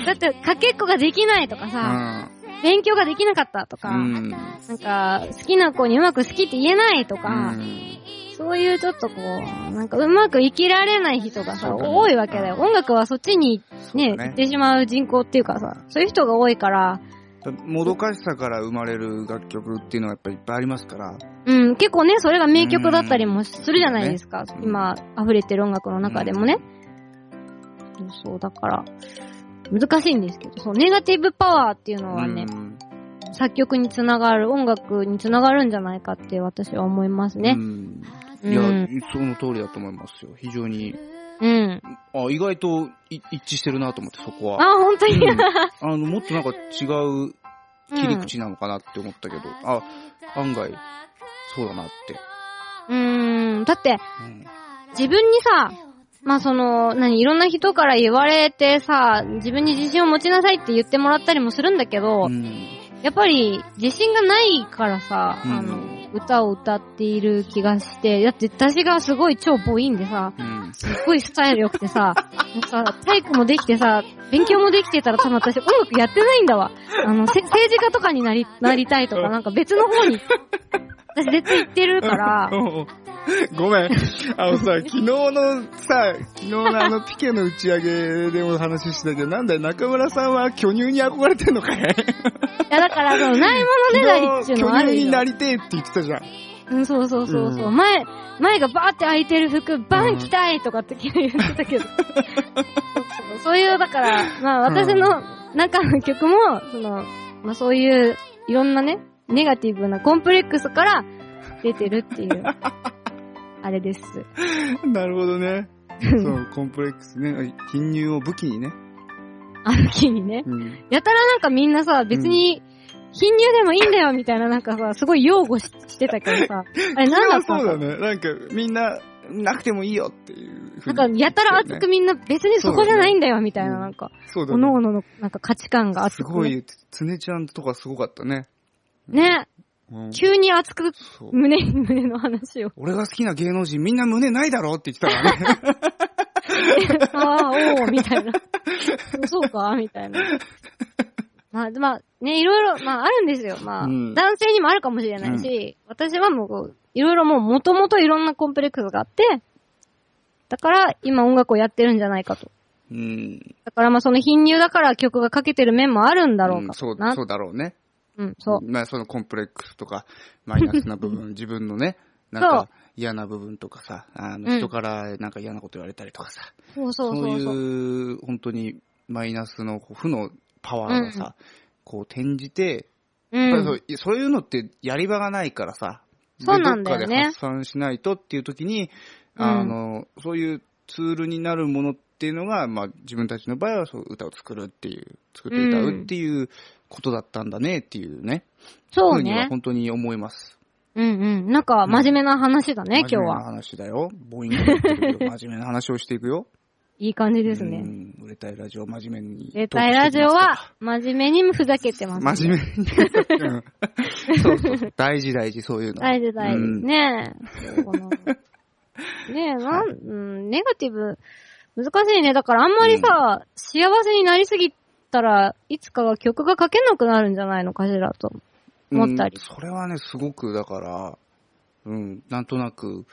[SPEAKER 2] だって、かけっこができないとかさ、勉強ができなかったとか、
[SPEAKER 1] うん。うん。
[SPEAKER 2] なんか、好きな子にうまく好きって言えないとか、
[SPEAKER 1] うん
[SPEAKER 2] そういうちょっとこう、なんかうまく生きられない人がさ、
[SPEAKER 1] そうだね
[SPEAKER 2] 多いわけだよ。音楽はそっちにね、
[SPEAKER 1] そうだね
[SPEAKER 2] 行ってしまう人口っていうかさ、そういう人が多いから、
[SPEAKER 1] もどかしさから生まれる楽曲っていうのはやっぱりいっぱいありますから。
[SPEAKER 2] うん、結構ね、それが名曲だったりもするじゃないですか。
[SPEAKER 1] そうだね
[SPEAKER 2] 今、溢れてる音楽の中でもね。そうそう、だから、難しいんですけど、そう、ネガティブパワーっていうのはね、
[SPEAKER 1] うん
[SPEAKER 2] 作曲につながる、音楽につながるんじゃないかって私は思います
[SPEAKER 1] う
[SPEAKER 2] ね。
[SPEAKER 1] ん
[SPEAKER 2] うん。
[SPEAKER 1] いや
[SPEAKER 2] うん。、
[SPEAKER 1] その通りだと思いますよ。非常に。あ、意外とい一致してるなと思って、そこ
[SPEAKER 2] あ、
[SPEAKER 1] は。
[SPEAKER 2] 本当に。
[SPEAKER 1] あの、もっとなんか違う切り口なのかなって思ったけど、あ、案外、そうだなって。
[SPEAKER 2] うん、うんだって、
[SPEAKER 1] うん
[SPEAKER 2] 自分にさ、まあその、何、いろんな人から言われてさ、自分に自信を持ちなさいって言ってもらったりもするんだけど、
[SPEAKER 1] うん
[SPEAKER 2] やっぱり自信がないからさ、
[SPEAKER 1] うん
[SPEAKER 2] あの、歌を歌っている気がして、だって私がすごい超ボインでさ、
[SPEAKER 1] うん
[SPEAKER 2] すっごいスタイル良くてさ、 もうさ、体育もできてさ、勉強もできてたら多分私音楽やってないんだわ。あの、せ政治家とかにな り、なりたいとか、なんか別の方に、私絶対行ってるから、
[SPEAKER 1] ごめん。あのさ、 昨日のさ、昨日のあのピケの打ち上げでも話してたけど、なんだよ、中村さんは巨乳に憧れてんのかい
[SPEAKER 2] いやだから、その、ないものねだりっ
[SPEAKER 1] 昨
[SPEAKER 2] ていう
[SPEAKER 1] 日
[SPEAKER 2] のはあ
[SPEAKER 1] 巨
[SPEAKER 2] る
[SPEAKER 1] 乳に
[SPEAKER 2] よ
[SPEAKER 1] な。りてえって言ってた じゃん。
[SPEAKER 2] うん、そうそうそうそう。
[SPEAKER 1] うん
[SPEAKER 2] 前、前がバーって開いてる服、バ
[SPEAKER 1] う
[SPEAKER 2] ン
[SPEAKER 1] ん
[SPEAKER 2] 着たいとかって言ってた けど。そういう、だから、まあ私の中の曲も、その、まあそういう、いろんなね、ネガティブなコンプレックスから出てるっ ていう、あれです。
[SPEAKER 1] なるほど ね。そう、コンプレックスね。貧乳を武器にね。
[SPEAKER 2] あの日にね。
[SPEAKER 1] うん。
[SPEAKER 2] やたらなんかみんなさ、別に、貧乳でもいいんだよみたいななんかさ、すごい擁護ししてたけどさ、あれなんだった
[SPEAKER 1] そ
[SPEAKER 2] の
[SPEAKER 1] うだね。なんか、みんな、なくてもいいよっていうふう
[SPEAKER 2] なん
[SPEAKER 1] に
[SPEAKER 2] か、やたら熱くみんな別にそこじゃないんだよ、みたいな、
[SPEAKER 1] うん
[SPEAKER 2] なんか、
[SPEAKER 1] そうだ
[SPEAKER 2] 各々
[SPEAKER 1] ね。
[SPEAKER 2] のなんか価値観があって。
[SPEAKER 1] すご。い、つねちゃんとかすごかったね。
[SPEAKER 2] ね、
[SPEAKER 1] うん。
[SPEAKER 2] 急に熱く
[SPEAKER 1] そう。
[SPEAKER 2] 胸に胸の話 を
[SPEAKER 1] 俺が好きな芸能人みんな胸ないだろって言ってたから ね。
[SPEAKER 2] ああ、おおみたい な。そうかみたいな。まあ、まあ、ね、いろいろ、まあ、あるんですよ。まあ、
[SPEAKER 1] うん
[SPEAKER 2] 男性にもあるかもしれないし、私はもう、いろいろもう、もともといろんなコンプレックスがあって、だから、今音楽をやってるんじゃないかと。
[SPEAKER 1] うん。
[SPEAKER 2] だから、まあ、その貧乳だから曲がかけてる面もあるんだろうか
[SPEAKER 1] んそう
[SPEAKER 2] とな。
[SPEAKER 1] そうだろうね。
[SPEAKER 2] うん、そう。
[SPEAKER 1] まあ、そのコンプレックスとか、マイナスな部分、自分のね、なん
[SPEAKER 2] そう
[SPEAKER 1] か嫌な部分とかさ、あ
[SPEAKER 2] うん
[SPEAKER 1] の、人からなんか嫌なこと言われたりとかさ、
[SPEAKER 2] そうそうそうそう。
[SPEAKER 1] いう、本当にマイナスの負のパワーがさ、こう転じて、
[SPEAKER 2] う
[SPEAKER 1] やっぱり
[SPEAKER 2] ん
[SPEAKER 1] そうそういうのってやり場がないからさ、で
[SPEAKER 2] そうなんだよ
[SPEAKER 1] ど
[SPEAKER 2] ね
[SPEAKER 1] っかで発散しないとっていう時に、あの、そういうツールになるものっていうのが、まあ自分たちの場合はそう歌を作るっていう、作って歌うっていうことだったんだねっていうね。
[SPEAKER 2] そ
[SPEAKER 1] ふ
[SPEAKER 2] う
[SPEAKER 1] には
[SPEAKER 2] ね。
[SPEAKER 1] 本当に思います。
[SPEAKER 2] うんうん。なんか、真面目な話だね、今日
[SPEAKER 1] 真面目な
[SPEAKER 2] は。
[SPEAKER 1] 話だよ。ボイング言ってるけど真面目な話をしていくよ。
[SPEAKER 2] いい感じです
[SPEAKER 1] う
[SPEAKER 2] ね。
[SPEAKER 1] ん。売れたいラジオ真面目に。
[SPEAKER 2] 絶対ラジオは、真面目にもふざけてます。
[SPEAKER 1] 真面目に。うん そうそうそう。大事大事、そういうの。
[SPEAKER 2] 大事大事。
[SPEAKER 1] うん
[SPEAKER 2] ね え。このねえ、なん、うん、ネガティブ、難しいね。だからあんまりさ、幸せになりすぎったら、いつかは曲が書けなくなるんじゃないのかしらと思ったり。
[SPEAKER 1] うんそれはね、すごく、だから、うん、なんとなく、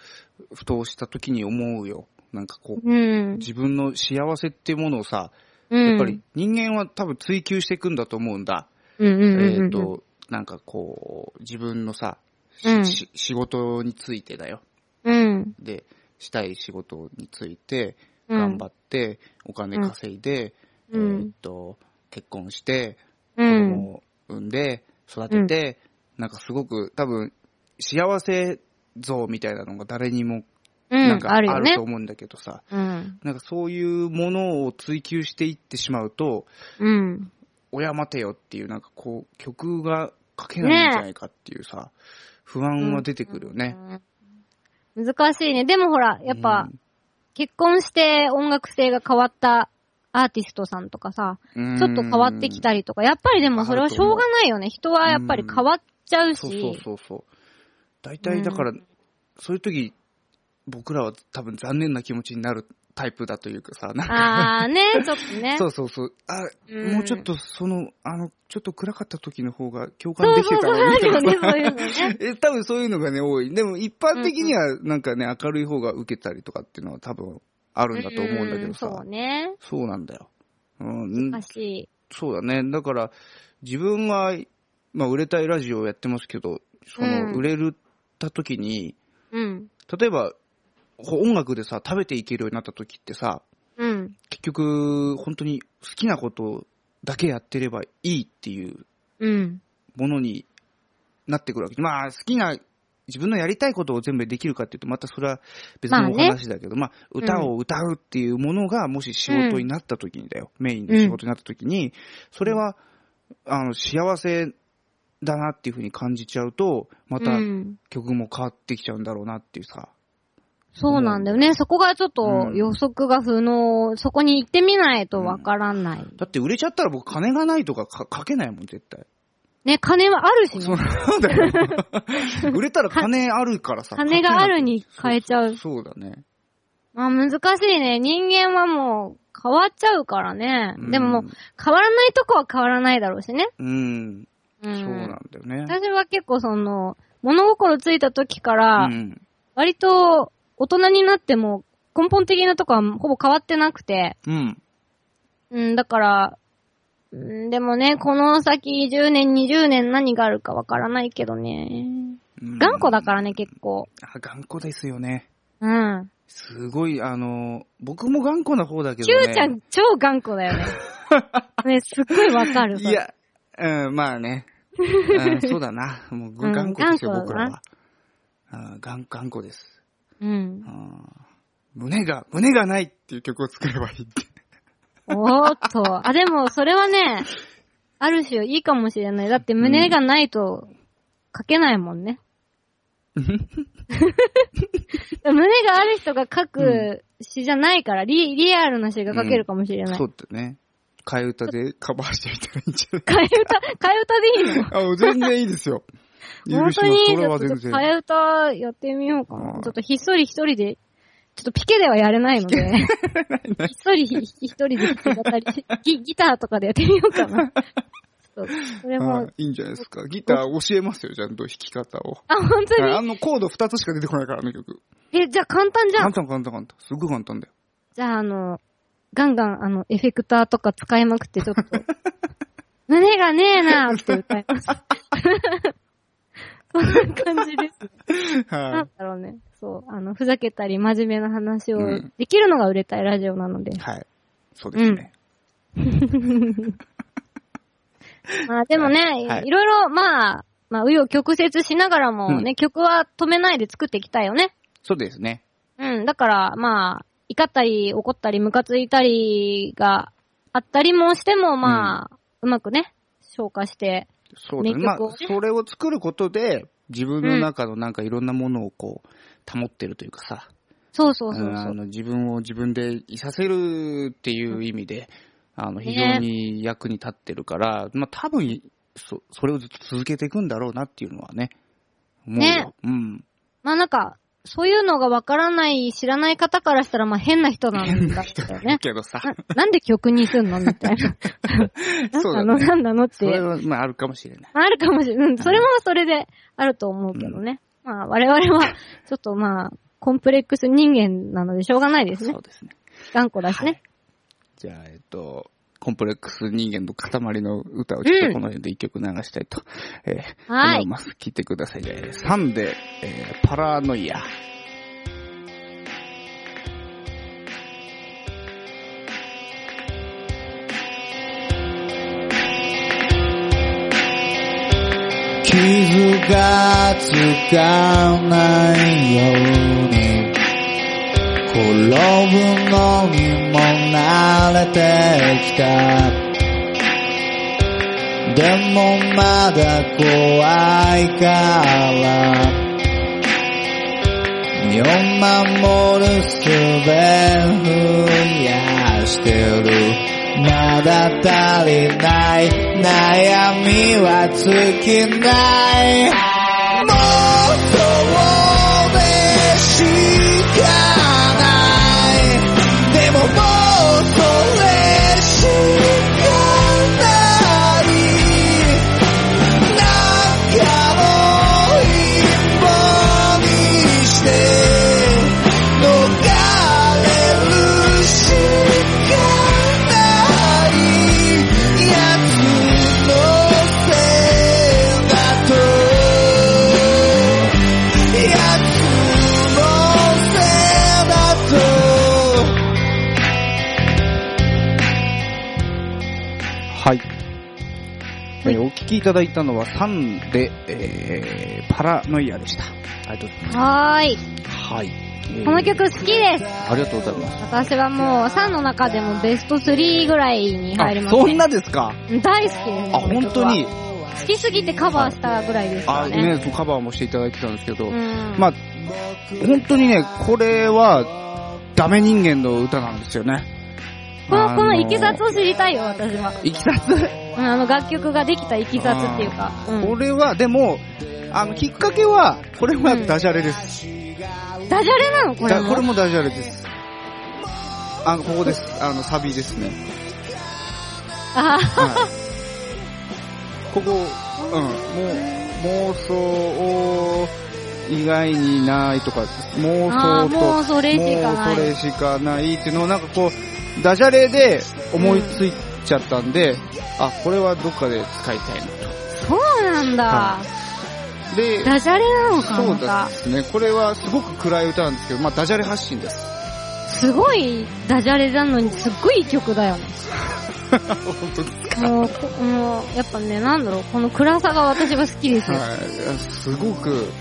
[SPEAKER 1] ふとした時に思うよ。なんかこう、
[SPEAKER 2] うん。
[SPEAKER 1] 自分の幸せっていうものをさ、
[SPEAKER 2] うん。
[SPEAKER 1] やっぱり、人間は多分追求していくんだと思うんだ。
[SPEAKER 2] うんうんうんうん、
[SPEAKER 1] えっ、と、なんかこう、自分のさ、
[SPEAKER 2] うん
[SPEAKER 1] し仕事についてだよ。
[SPEAKER 2] うん。
[SPEAKER 1] で、したい仕事について、
[SPEAKER 2] うん
[SPEAKER 1] 頑張って、お金稼いで、
[SPEAKER 2] うん
[SPEAKER 1] えーっと、結婚して、
[SPEAKER 2] う
[SPEAKER 1] 子
[SPEAKER 2] ん。
[SPEAKER 1] 供を産んで、育てて、なんかすごく多分、幸せ像みたいなのが誰にも、
[SPEAKER 2] う
[SPEAKER 1] なん
[SPEAKER 2] ん。
[SPEAKER 1] かあ
[SPEAKER 2] あるよ
[SPEAKER 1] る
[SPEAKER 2] ね
[SPEAKER 1] と。思うんだけどさ、
[SPEAKER 2] うん。
[SPEAKER 1] なんかそういうものを追求していってしまうと、
[SPEAKER 2] うん。
[SPEAKER 1] 親待てよっていう、なんかこう、曲が書けないんじゃないかっていうさ、不安は出てくるよね。
[SPEAKER 2] うん難しいね。でもほら、やっぱ、結婚して音楽性が変わったアーティストさんとかさ、
[SPEAKER 1] うん、
[SPEAKER 2] ちょっと変わってきたりとか、やっぱりでもそれはしょうがないよね。人はやっぱり変わっちゃう
[SPEAKER 1] そうそう
[SPEAKER 2] し。
[SPEAKER 1] そうそう。大体だから、
[SPEAKER 2] う
[SPEAKER 1] そういう時、僕らは多分残念な気持ちになるタイプだというかさ、なんか
[SPEAKER 2] あーね、ちょっとね。
[SPEAKER 1] そうそうそう。あ、
[SPEAKER 2] うん
[SPEAKER 1] もうちょっとその、あの、ちょっと暗かった時の方が共
[SPEAKER 2] そ
[SPEAKER 1] 感
[SPEAKER 2] う
[SPEAKER 1] できて
[SPEAKER 2] そう
[SPEAKER 1] た
[SPEAKER 2] そう、
[SPEAKER 1] の
[SPEAKER 2] あ
[SPEAKER 1] に
[SPEAKER 2] る
[SPEAKER 1] と
[SPEAKER 2] よ
[SPEAKER 1] かさ
[SPEAKER 2] ね、そういうのね。
[SPEAKER 1] え、多分そういうのがね、多い。でも一般的にはなんかね、明るい方が受けたりとかっていうのは多分あるんだと思うんだけどさ。
[SPEAKER 2] そうね。
[SPEAKER 1] そうなんだよ。うん、
[SPEAKER 2] 難しい。
[SPEAKER 1] そうだね。だから、自分が、まあ、売れたいラジオをやってますけど、その、
[SPEAKER 2] うん
[SPEAKER 1] 売れた時に、
[SPEAKER 2] うん。
[SPEAKER 1] 例えば、こう音楽でさ、食べていけるようになった時ってさ、
[SPEAKER 2] うん。
[SPEAKER 1] 結局、本当に好きなことだけやってればいいっていう
[SPEAKER 2] うん。
[SPEAKER 1] ものになってくるわけ。まあ、好きな、自分のやりたいことを全部できるかっていうと、またそれは別のお
[SPEAKER 2] まあね
[SPEAKER 1] 話だけど、まあ、歌を歌うっていうものが、もし仕事になった時にだよ、メインの仕事になった時に、それは、あの、幸せだなっていうふうに感じちゃうと、また
[SPEAKER 2] うん
[SPEAKER 1] 曲も変わってきちゃうんだろうなっていうさ。
[SPEAKER 2] そうなんだよね。そこがちょっと
[SPEAKER 1] うん
[SPEAKER 2] 予測が不能、そこに行ってみないとわからない。
[SPEAKER 1] だって売れちゃったら僕金がないとかかかけないもん、絶対。
[SPEAKER 2] ね、金はあるし
[SPEAKER 1] そう
[SPEAKER 2] ね。
[SPEAKER 1] なんだ よ。売れたら金あるからさ。
[SPEAKER 2] 金があるに変えちゃう
[SPEAKER 1] そうそうだね。
[SPEAKER 2] まあ難しいね。人間はもう変わっちゃうからね。
[SPEAKER 1] うん
[SPEAKER 2] でももう変わらないとこは変わらないだろうしね。
[SPEAKER 1] うん。
[SPEAKER 2] う
[SPEAKER 1] そうなんだよね。
[SPEAKER 2] 私は結構その、物心ついた時から
[SPEAKER 1] う、ん。
[SPEAKER 2] 割と大人になっても根本的なとこはほぼ変わってなくて、
[SPEAKER 1] うん。
[SPEAKER 2] うん、だから、うん、でもね、この先10年、20年何があるかわからないけどね。
[SPEAKER 1] うん
[SPEAKER 2] 頑固だからね、結構。
[SPEAKER 1] あ頑固ですよね。
[SPEAKER 2] うん。
[SPEAKER 1] すごい、あの、僕も頑固な方だけど
[SPEAKER 2] キ
[SPEAKER 1] ね。
[SPEAKER 2] ューちゃん超頑固 だよね。ね、すっごいわかる。
[SPEAKER 1] いや、うん、まあね。 うんそうだな。もう、
[SPEAKER 2] うん
[SPEAKER 1] 頑固ですよ、
[SPEAKER 2] 頑固
[SPEAKER 1] 僕
[SPEAKER 2] だ
[SPEAKER 1] ら
[SPEAKER 2] な
[SPEAKER 1] は。あ頑頑固です。
[SPEAKER 2] うん
[SPEAKER 1] う。ん胸が、胸がないっていう曲を作ればいいって。
[SPEAKER 2] おーっと。あ、でも、それはね、ある種いいかもしれない。だって胸がないと書けないもんね。 胸がある人が書く詩じゃないから、リリアルな詩が書けるかもしれない。
[SPEAKER 1] そうだね。替え歌でカバーしてみたらいいんじゃない
[SPEAKER 2] 替え歌、替え歌でいいの
[SPEAKER 1] あ、もう全然いいですよ。
[SPEAKER 2] 本当
[SPEAKER 1] そ
[SPEAKER 2] に、ち
[SPEAKER 1] れ
[SPEAKER 2] ょ
[SPEAKER 1] は
[SPEAKER 2] っと
[SPEAKER 1] 全
[SPEAKER 2] 替
[SPEAKER 1] 然。
[SPEAKER 2] え歌やってみようか
[SPEAKER 1] う
[SPEAKER 2] な。
[SPEAKER 1] ん
[SPEAKER 2] ちょっとひっそり一人で、ちょっとピケではやれないので、ひっそりひ一人で弾き語りギ、ギターとかでやってみよう かな。ちょっと、それも
[SPEAKER 1] あ、いいんじゃないですか。ギター教えますよ、ちゃんと弾き方を。
[SPEAKER 2] あ、本当
[SPEAKER 1] はい
[SPEAKER 2] に
[SPEAKER 1] あのコード2つしか出てこないから、あの曲。
[SPEAKER 2] え、じゃあ簡単じゃ
[SPEAKER 1] 簡
[SPEAKER 2] ん。
[SPEAKER 1] 単簡単簡単。すごい簡単だよ。
[SPEAKER 2] じゃあ、あの、ガンガン、あの、エフェクターとか使いまくって、ちょっと、胸がねえなーって歌い ます。 そんな感じですね。な
[SPEAKER 1] は
[SPEAKER 2] んだろうね。そう、あの、ふざけたり真面目な話を
[SPEAKER 1] うん
[SPEAKER 2] できるのが売れたいラジオ なので
[SPEAKER 1] い。。はい。そうですね。
[SPEAKER 2] まあ、でもね、
[SPEAKER 1] はい
[SPEAKER 2] いろいろ、まあ、まあ、紆余曲折しながらもね、
[SPEAKER 1] う
[SPEAKER 2] 曲は止めないで作っていきたいよね。
[SPEAKER 1] そうですね。
[SPEAKER 2] うん、だから、まあ、怒ったり、怒ったり、ムカついたりがあったりもしても、まあ、うまくね、消化して、
[SPEAKER 1] そうですね。ま
[SPEAKER 2] 名
[SPEAKER 1] あ
[SPEAKER 2] 曲をね、
[SPEAKER 1] それを作ることで、自分の中のなんかいろんなものをこう、保ってるというかさ、
[SPEAKER 2] そうそう
[SPEAKER 1] う
[SPEAKER 2] そうんそ
[SPEAKER 1] あ
[SPEAKER 2] う。
[SPEAKER 1] の自分を自分でいさせるっていう意味で、あの非常に役に立ってるから、まあ多分そ、それをずっと続けていくんだろうなっていうのはね、思うよ。
[SPEAKER 2] ね
[SPEAKER 1] うん。
[SPEAKER 2] まあなんか、そういうのがわからない、知らない方からしたら、まあ変な人なんだけどね。
[SPEAKER 1] けどさ、
[SPEAKER 2] ななんで曲にすんのみたいな。
[SPEAKER 1] そうだ
[SPEAKER 2] なんなの
[SPEAKER 1] ね。
[SPEAKER 2] なんなのっ
[SPEAKER 1] それ
[SPEAKER 2] て。
[SPEAKER 1] は、まああるかもしれない。
[SPEAKER 2] あるかもしれない。うん、それもそれであると思うけどね。まあ我々は、ちょっとまあ、コンプレックス人間なのでしょうがないですね
[SPEAKER 1] そ。うですね。
[SPEAKER 2] 頑固だしね。
[SPEAKER 1] じゃあ、えっと、コンプレックス人間の塊の歌をちょっとこの辺で一曲流したいと、えー
[SPEAKER 2] はい
[SPEAKER 1] 思います。聴いてください。えーサンデー、えーパラノイア。傷がつかないように転ぶのにも慣れてきたでもまだ怖いから身を守る術増やしてるまだ足りない悩みは尽きない妄想でしかないでももうそれしかない中を一本にして逃れるしかない奴のせいだと奴のせいだとはい。えーお聞きいただいたのは3で、えー、パラノイアでした。ありがとうございま
[SPEAKER 2] はーい。
[SPEAKER 1] す。はい。えー
[SPEAKER 2] この曲好きです。
[SPEAKER 1] ありがとうございます。
[SPEAKER 2] 私はもう、3の中でもベスト3ぐらいに入り
[SPEAKER 1] あ、
[SPEAKER 2] ます、ね。
[SPEAKER 1] そんなですか
[SPEAKER 2] 大好きです。
[SPEAKER 1] あ、本当に。
[SPEAKER 2] 好きすぎてカバーしたぐらいですから
[SPEAKER 1] あ、
[SPEAKER 2] ね。
[SPEAKER 1] ね、そうカバーもしていただいてたんですけど、
[SPEAKER 2] うん。
[SPEAKER 1] まあ、本当にね、これは、ダメ人間の歌なんですよね。
[SPEAKER 2] この、この
[SPEAKER 1] あ
[SPEAKER 2] いきさつを知りたいよ、私は。
[SPEAKER 1] いきさつ
[SPEAKER 2] うん、あの楽曲ができたいきさつっていうか。
[SPEAKER 1] こ
[SPEAKER 2] う
[SPEAKER 1] れは、でも、あの、きっかけは、これはダジャレです。
[SPEAKER 2] ん。ダジャレなのこれ
[SPEAKER 1] だこれ
[SPEAKER 2] も。
[SPEAKER 1] もダジャレです。あの、ここです。あの、サビですね。
[SPEAKER 2] あー
[SPEAKER 1] はい、ここ、うん、もう、妄想を、以外にないとか、妄
[SPEAKER 2] あ
[SPEAKER 1] 想
[SPEAKER 2] ー、
[SPEAKER 1] と、
[SPEAKER 2] もうそれしかな
[SPEAKER 1] もうそ
[SPEAKER 2] い。
[SPEAKER 1] れしかないっていうのをなんかこう、ダジャレで思いついちゃったんで、あ、これはどっかで使いたいな
[SPEAKER 2] そうなんだ
[SPEAKER 1] は。と。で、
[SPEAKER 2] ダジャレなのか、
[SPEAKER 1] そ
[SPEAKER 2] ま
[SPEAKER 1] う
[SPEAKER 2] た
[SPEAKER 1] で。すね。これはすごく暗い歌なんですけど、まあダジャレ発信です。
[SPEAKER 2] すごいダジャレなのに、すっごいいい曲だよね。
[SPEAKER 1] 本当です
[SPEAKER 2] もう、こもう、やっぱね、なんだろう、この暗さが私は好きですよ。
[SPEAKER 1] はい。すごく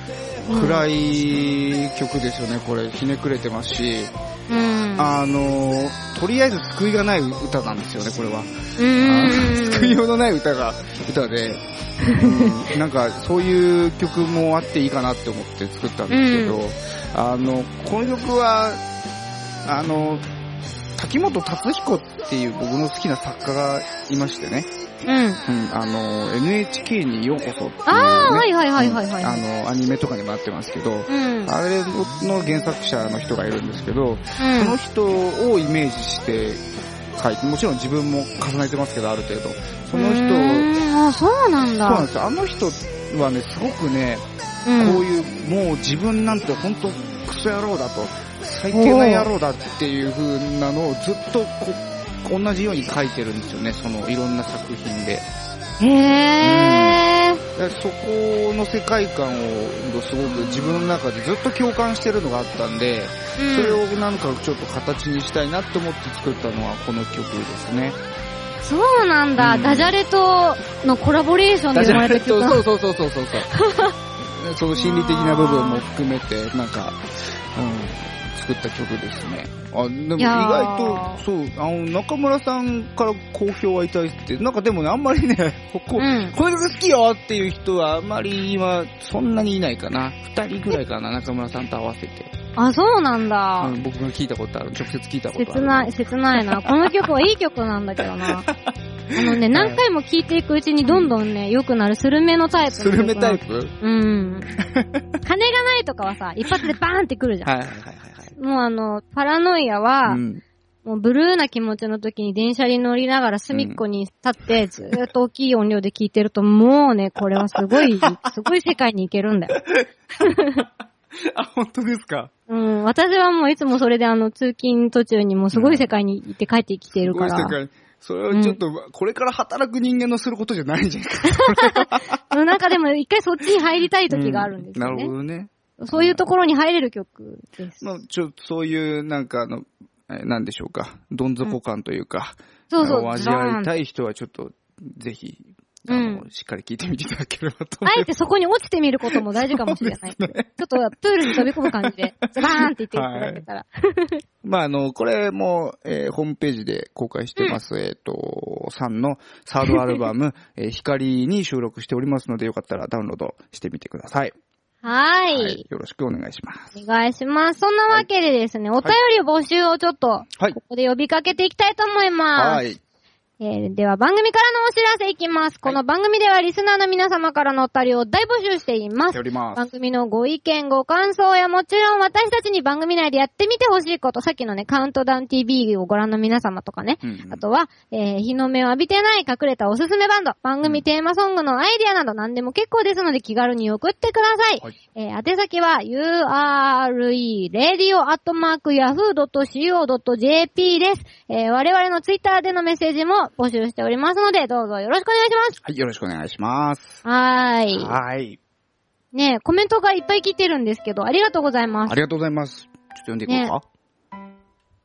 [SPEAKER 1] 暗い曲ですよね、これ。ひねくれてますし。
[SPEAKER 2] うん。
[SPEAKER 1] あの、とりあえず救いがない歌なんですよね、これは。
[SPEAKER 2] う
[SPEAKER 1] あ
[SPEAKER 2] ん。
[SPEAKER 1] の救いようのない歌が、歌で、うんなんかそういう曲もあっていいかなって思って作ったんですけど、
[SPEAKER 2] う
[SPEAKER 1] あの、この曲は、あの、滝本達彦っていう僕の好きな作家がいましてね、
[SPEAKER 2] うん。
[SPEAKER 1] うん、あの、NHK にようこそっていう、ね、
[SPEAKER 2] ああ、はいはいはいはいはい。
[SPEAKER 1] あの、アニメとかにもなってますけど、
[SPEAKER 2] うん。
[SPEAKER 1] あれの原作者の人がいるんですけど、
[SPEAKER 2] う
[SPEAKER 1] そ
[SPEAKER 2] ん
[SPEAKER 1] の人をイメージして書いて、もちろん自分も重ねてますけど、ある程度。その人
[SPEAKER 2] う
[SPEAKER 1] を、
[SPEAKER 2] ーんあ、そうなん
[SPEAKER 1] そうなん
[SPEAKER 2] だ
[SPEAKER 1] で。すよ。あの人はね、すごくね、
[SPEAKER 2] う。
[SPEAKER 1] こうんいう、もう自分なんて本当クソ野郎だと、最低な野郎だっていう風なのをずっとこう同じように書いてるんですよね、そのいろんな作品で。
[SPEAKER 2] へー。
[SPEAKER 1] でそこの世界観をすごく自分の中でずっと共感してるのがあったんで、それ
[SPEAKER 2] うん。
[SPEAKER 1] をなんかちょっと形にしたいなって思って作ったのはこの曲ですね。
[SPEAKER 2] そうなんだ。
[SPEAKER 1] うん
[SPEAKER 2] ダジャレとのコラボレーションで生まれた曲
[SPEAKER 1] そうそうそうそうそうそう。 その心理的な部分も含めて、なんか、うん、作った曲ですね。あ、でも
[SPEAKER 2] い
[SPEAKER 1] 意
[SPEAKER 2] やー
[SPEAKER 1] 外と、そう、あの、中村さんから好評はいただいてて、なんかでもね、あんまりね、 ここ、
[SPEAKER 2] うん
[SPEAKER 1] この曲好きよっていう人はあんまり今、そんなにいないかな。二人ぐらいかな、中村さんと合わせて。
[SPEAKER 2] あ、そうなんだ
[SPEAKER 1] う。ん、僕が聞いたことある、直接聞いたことある。
[SPEAKER 2] 切ない、切ないな。この曲はいい曲なんだけどな。あのね、何回も聴いていくうちにどんどんね、良くなるスルメのタイプの
[SPEAKER 1] スルメタイ
[SPEAKER 2] プ
[SPEAKER 1] プはい
[SPEAKER 2] うん。金がないとかはさ、一発でバーンってくるじゃん。
[SPEAKER 1] はいはいはい
[SPEAKER 2] もうあの、パラノイアは、
[SPEAKER 1] はい。うん。
[SPEAKER 2] もうブルーな気持ちの時に電車に乗りながら隅っこに立って、ずーっと大きい音量で聴いてると、もうね、これはすごい、すごい世界に行けるんだよ。
[SPEAKER 1] あ、本当ですか
[SPEAKER 2] うん、私はもういつもそれであの、通勤途中にもうすごい世界に行って帰ってきているか
[SPEAKER 1] す
[SPEAKER 2] ら
[SPEAKER 1] ごい世。界それはちょっと、これから働く人間のすることじゃないんじゃないか。
[SPEAKER 2] うんなんかでも一回そっちに入りたい時があるんです
[SPEAKER 1] う
[SPEAKER 2] よ
[SPEAKER 1] な
[SPEAKER 2] ね。
[SPEAKER 1] るほどね。
[SPEAKER 2] そういうところに入れる曲です。
[SPEAKER 1] まあ、ちょ、そういう、なんかあの、えなんでしょうか。どん底感というか、
[SPEAKER 2] そうそう
[SPEAKER 1] あの、味わいたい人はちょっと、ぜひ、あの、
[SPEAKER 2] う
[SPEAKER 1] しっかり聞いてみていただければと思
[SPEAKER 2] あ
[SPEAKER 1] い
[SPEAKER 2] え
[SPEAKER 1] ます。
[SPEAKER 2] てそこに落ちてみることも大事かもしれない。ちょっとプールに飛び込む感じで、ズバーンって言っていただけたら。
[SPEAKER 1] まあ、あの、これも、えーホームページで公開してます、えっ、と、さんのサードアルバム、えー光に収録しておりますので、よかったらダウンロードしてみてください。
[SPEAKER 2] はーい。
[SPEAKER 1] よろしくお願いします。
[SPEAKER 2] お願いします。そんなわけでですね、お便り募集をちょっと、
[SPEAKER 1] はい
[SPEAKER 2] ここで呼びかけていきたいと思いま
[SPEAKER 1] は
[SPEAKER 2] す。
[SPEAKER 1] い。
[SPEAKER 2] えーでは番組からのお知らせいきます。この番組ではリスナーの皆様からのお便りを大募集してい
[SPEAKER 1] し
[SPEAKER 2] ま
[SPEAKER 1] て
[SPEAKER 2] す
[SPEAKER 1] お。ります。
[SPEAKER 2] 番組のご意見、ご感想やもちろん私たちに番組内でやってみてほしいこと、さっきのね、カウントダウン TV をご覧の皆様とかね、
[SPEAKER 1] うんうん
[SPEAKER 2] あとは、えー日の目を浴びてない隠れたおすすめバンド、番組テーマソングのアイディアなど何でも結構ですので気軽に送ってください。
[SPEAKER 1] はい
[SPEAKER 2] えー宛先は ure.radio.yahoo.co.jp です。えー我々のツイッターでのメッセージも募集しておりますので、どうぞよろしくお願いします。
[SPEAKER 1] はい、よろしくお願いします。
[SPEAKER 2] はーい。
[SPEAKER 1] はい。
[SPEAKER 2] ねえ、コメントがいっぱい来てるんですけど、ありがとうございま
[SPEAKER 1] あ
[SPEAKER 2] す。
[SPEAKER 1] りがとうございます。ちょっと読んでいこう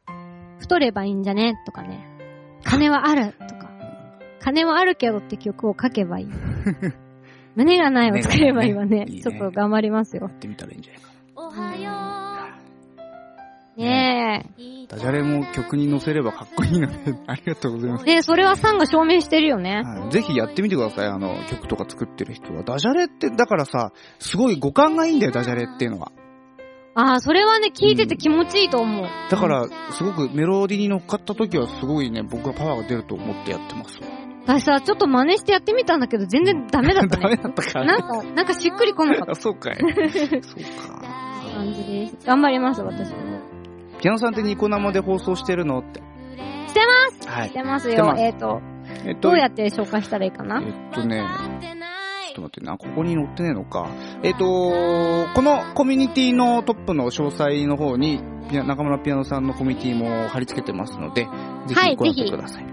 [SPEAKER 1] か。
[SPEAKER 2] 太ればいいんじゃねとかね。金はあるとか。金はあるけどって曲を書 けばいい。胸がないを作ればいいわ
[SPEAKER 1] 胸がないね
[SPEAKER 2] ね。
[SPEAKER 1] いいね
[SPEAKER 2] ちょっと頑張りますよ
[SPEAKER 1] や。ってみたらいいんじゃないかな。
[SPEAKER 4] おはよ
[SPEAKER 2] ね
[SPEAKER 4] う。
[SPEAKER 1] ダジャレも曲に乗せればかっこいいので、 ありがとうございます
[SPEAKER 2] え。。で、それはサンが証明してるよね。
[SPEAKER 1] はいぜひやってみてください、あの、曲とか作ってる人は。ダジャレって、だからさ、すごい五感がいいんだよ、ダジャレっていうのは。
[SPEAKER 2] ああ、それはね、聞いてて気持ちいいと思う。
[SPEAKER 1] だから、すごくメロディーに乗っかった時は、すごいね、僕はパワーが出ると思ってやってます。
[SPEAKER 2] 私さ、ちょっと真似してやってみたんだけど、全然ダメだった
[SPEAKER 1] ダメ
[SPEAKER 2] ね。
[SPEAKER 1] だったか
[SPEAKER 2] な
[SPEAKER 1] ら。
[SPEAKER 2] んか、なんかしっくりこなかった
[SPEAKER 1] あ、そう かい。そうか。
[SPEAKER 2] 感じです。頑張ります、私も。
[SPEAKER 1] ピアノさんってニコ生で放送してるのって。
[SPEAKER 2] して
[SPEAKER 1] ますは
[SPEAKER 2] し
[SPEAKER 1] い。
[SPEAKER 2] てます
[SPEAKER 1] して
[SPEAKER 2] よ
[SPEAKER 1] ま。す
[SPEAKER 2] えっと、
[SPEAKER 1] えっと、
[SPEAKER 2] どうやって紹介したらいいか
[SPEAKER 1] え
[SPEAKER 2] な
[SPEAKER 1] っとね、ちょっと待ってな、ここに載ってねえのか。えっ、とこのコミュニティのトップの詳細の方に、ピア中村ピアノさんのコミュニティも貼り付けてますので、ぜ
[SPEAKER 2] はい
[SPEAKER 1] ひご覧
[SPEAKER 2] ぜひ
[SPEAKER 1] ください。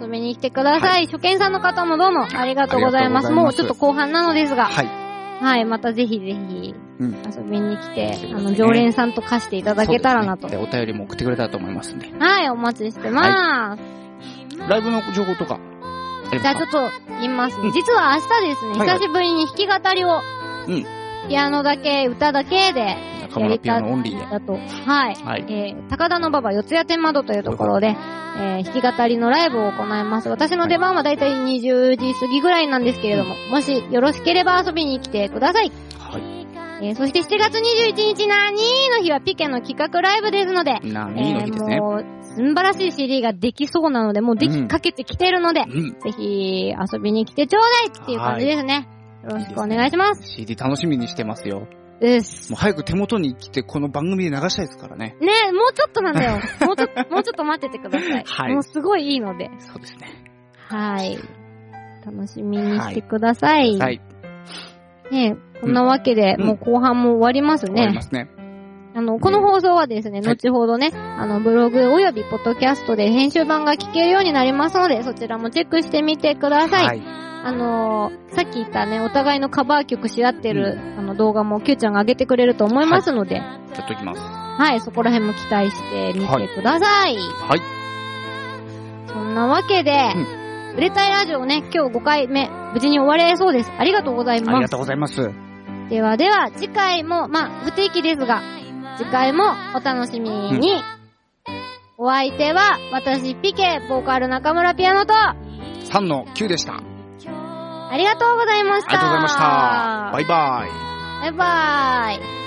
[SPEAKER 2] 遊びに来てください。初見さんの方もどうもありがとうございます。
[SPEAKER 1] ありがとうございます
[SPEAKER 2] もうちょっと後半なのですが、
[SPEAKER 1] はい。
[SPEAKER 2] はい、またぜひぜひ
[SPEAKER 1] うん
[SPEAKER 2] 遊びに来て
[SPEAKER 1] 来てください、ね
[SPEAKER 2] あの、常連さんと貸していただけたらなと。
[SPEAKER 1] そうですねでお便りも送ってくれたらと思いますんで。
[SPEAKER 2] はい、お待ちしてまーす。
[SPEAKER 1] ライブの情報とか、あり
[SPEAKER 2] じゃ
[SPEAKER 1] ま
[SPEAKER 2] あ
[SPEAKER 1] す
[SPEAKER 2] ちょ
[SPEAKER 1] か
[SPEAKER 2] っと言います
[SPEAKER 1] う
[SPEAKER 2] ね。
[SPEAKER 1] ん
[SPEAKER 2] 実は明日ですね、
[SPEAKER 1] はいはい
[SPEAKER 2] 久しぶりに弾き語りを、
[SPEAKER 1] うん
[SPEAKER 2] ピアノだけ、歌だけで、
[SPEAKER 1] 中村ピアノオンリーで。
[SPEAKER 2] だと、はい。
[SPEAKER 1] はい。
[SPEAKER 2] えー高田の馬場四谷天窓というところで、えー弾き語りのライブを行います。私の出番はだいたい20時過ぎぐらいなんですけれども、もしよろしければ遊びに来てください。
[SPEAKER 1] はい。
[SPEAKER 2] えーそして7月21日なーにーの日はピケの企画ライブですので、
[SPEAKER 1] な
[SPEAKER 2] え
[SPEAKER 1] いいの日ですね
[SPEAKER 2] ー。もう、素晴らしい CD ができそうなので、もうで
[SPEAKER 1] うん
[SPEAKER 2] きかけてきてるので、
[SPEAKER 1] うん。
[SPEAKER 2] ぜひ遊びに来てちょうだいっていう感じですね。よろしくお願いします。
[SPEAKER 1] CD 楽しみにしてますよ。も
[SPEAKER 2] です
[SPEAKER 1] う。早く手元に来て、この番組で流したいですからね。
[SPEAKER 2] ねえ、もうちょっとなんだよ。もうちょっと、もうちょっと待っててください。
[SPEAKER 1] はい
[SPEAKER 2] もうすごいいいので。
[SPEAKER 1] そうですね。
[SPEAKER 2] はい。楽しみにしてください。
[SPEAKER 1] はい。
[SPEAKER 2] ねえこんなわけで、
[SPEAKER 1] うん
[SPEAKER 2] もう後半も終わります
[SPEAKER 1] 終わり
[SPEAKER 2] ね
[SPEAKER 1] ま。すね。
[SPEAKER 2] あの、この放送はですね、
[SPEAKER 1] はい
[SPEAKER 2] 後ほどね、あの、ブログおよびポッドキャストで編集版が聞けるようになりますので、そちらもチェックしてみてください。
[SPEAKER 1] はい。
[SPEAKER 2] あのーさっき言ったね、お互いのカバー曲し合ってる、あの動画も Q ちゃんが上げてくれると思いますので、はい、
[SPEAKER 1] やっときます。は
[SPEAKER 2] そこら辺も期待してみてください。
[SPEAKER 1] い。
[SPEAKER 2] そんなわけで、売れたいラジオね、今日5回目、無事に終われそうです。ありがとうござい
[SPEAKER 1] あり
[SPEAKER 2] ま
[SPEAKER 1] が
[SPEAKER 2] す。
[SPEAKER 1] とうございます。
[SPEAKER 2] ではでは、次回も、まあ、不定期ですが、次回もお楽しみに。お相手は、私、ピケ、ボーカル中村ピアノと、あ
[SPEAKER 1] 3の9でした。あ
[SPEAKER 2] りがとうございました。
[SPEAKER 1] りがとうございました。バイバイ。
[SPEAKER 2] バイバーイ。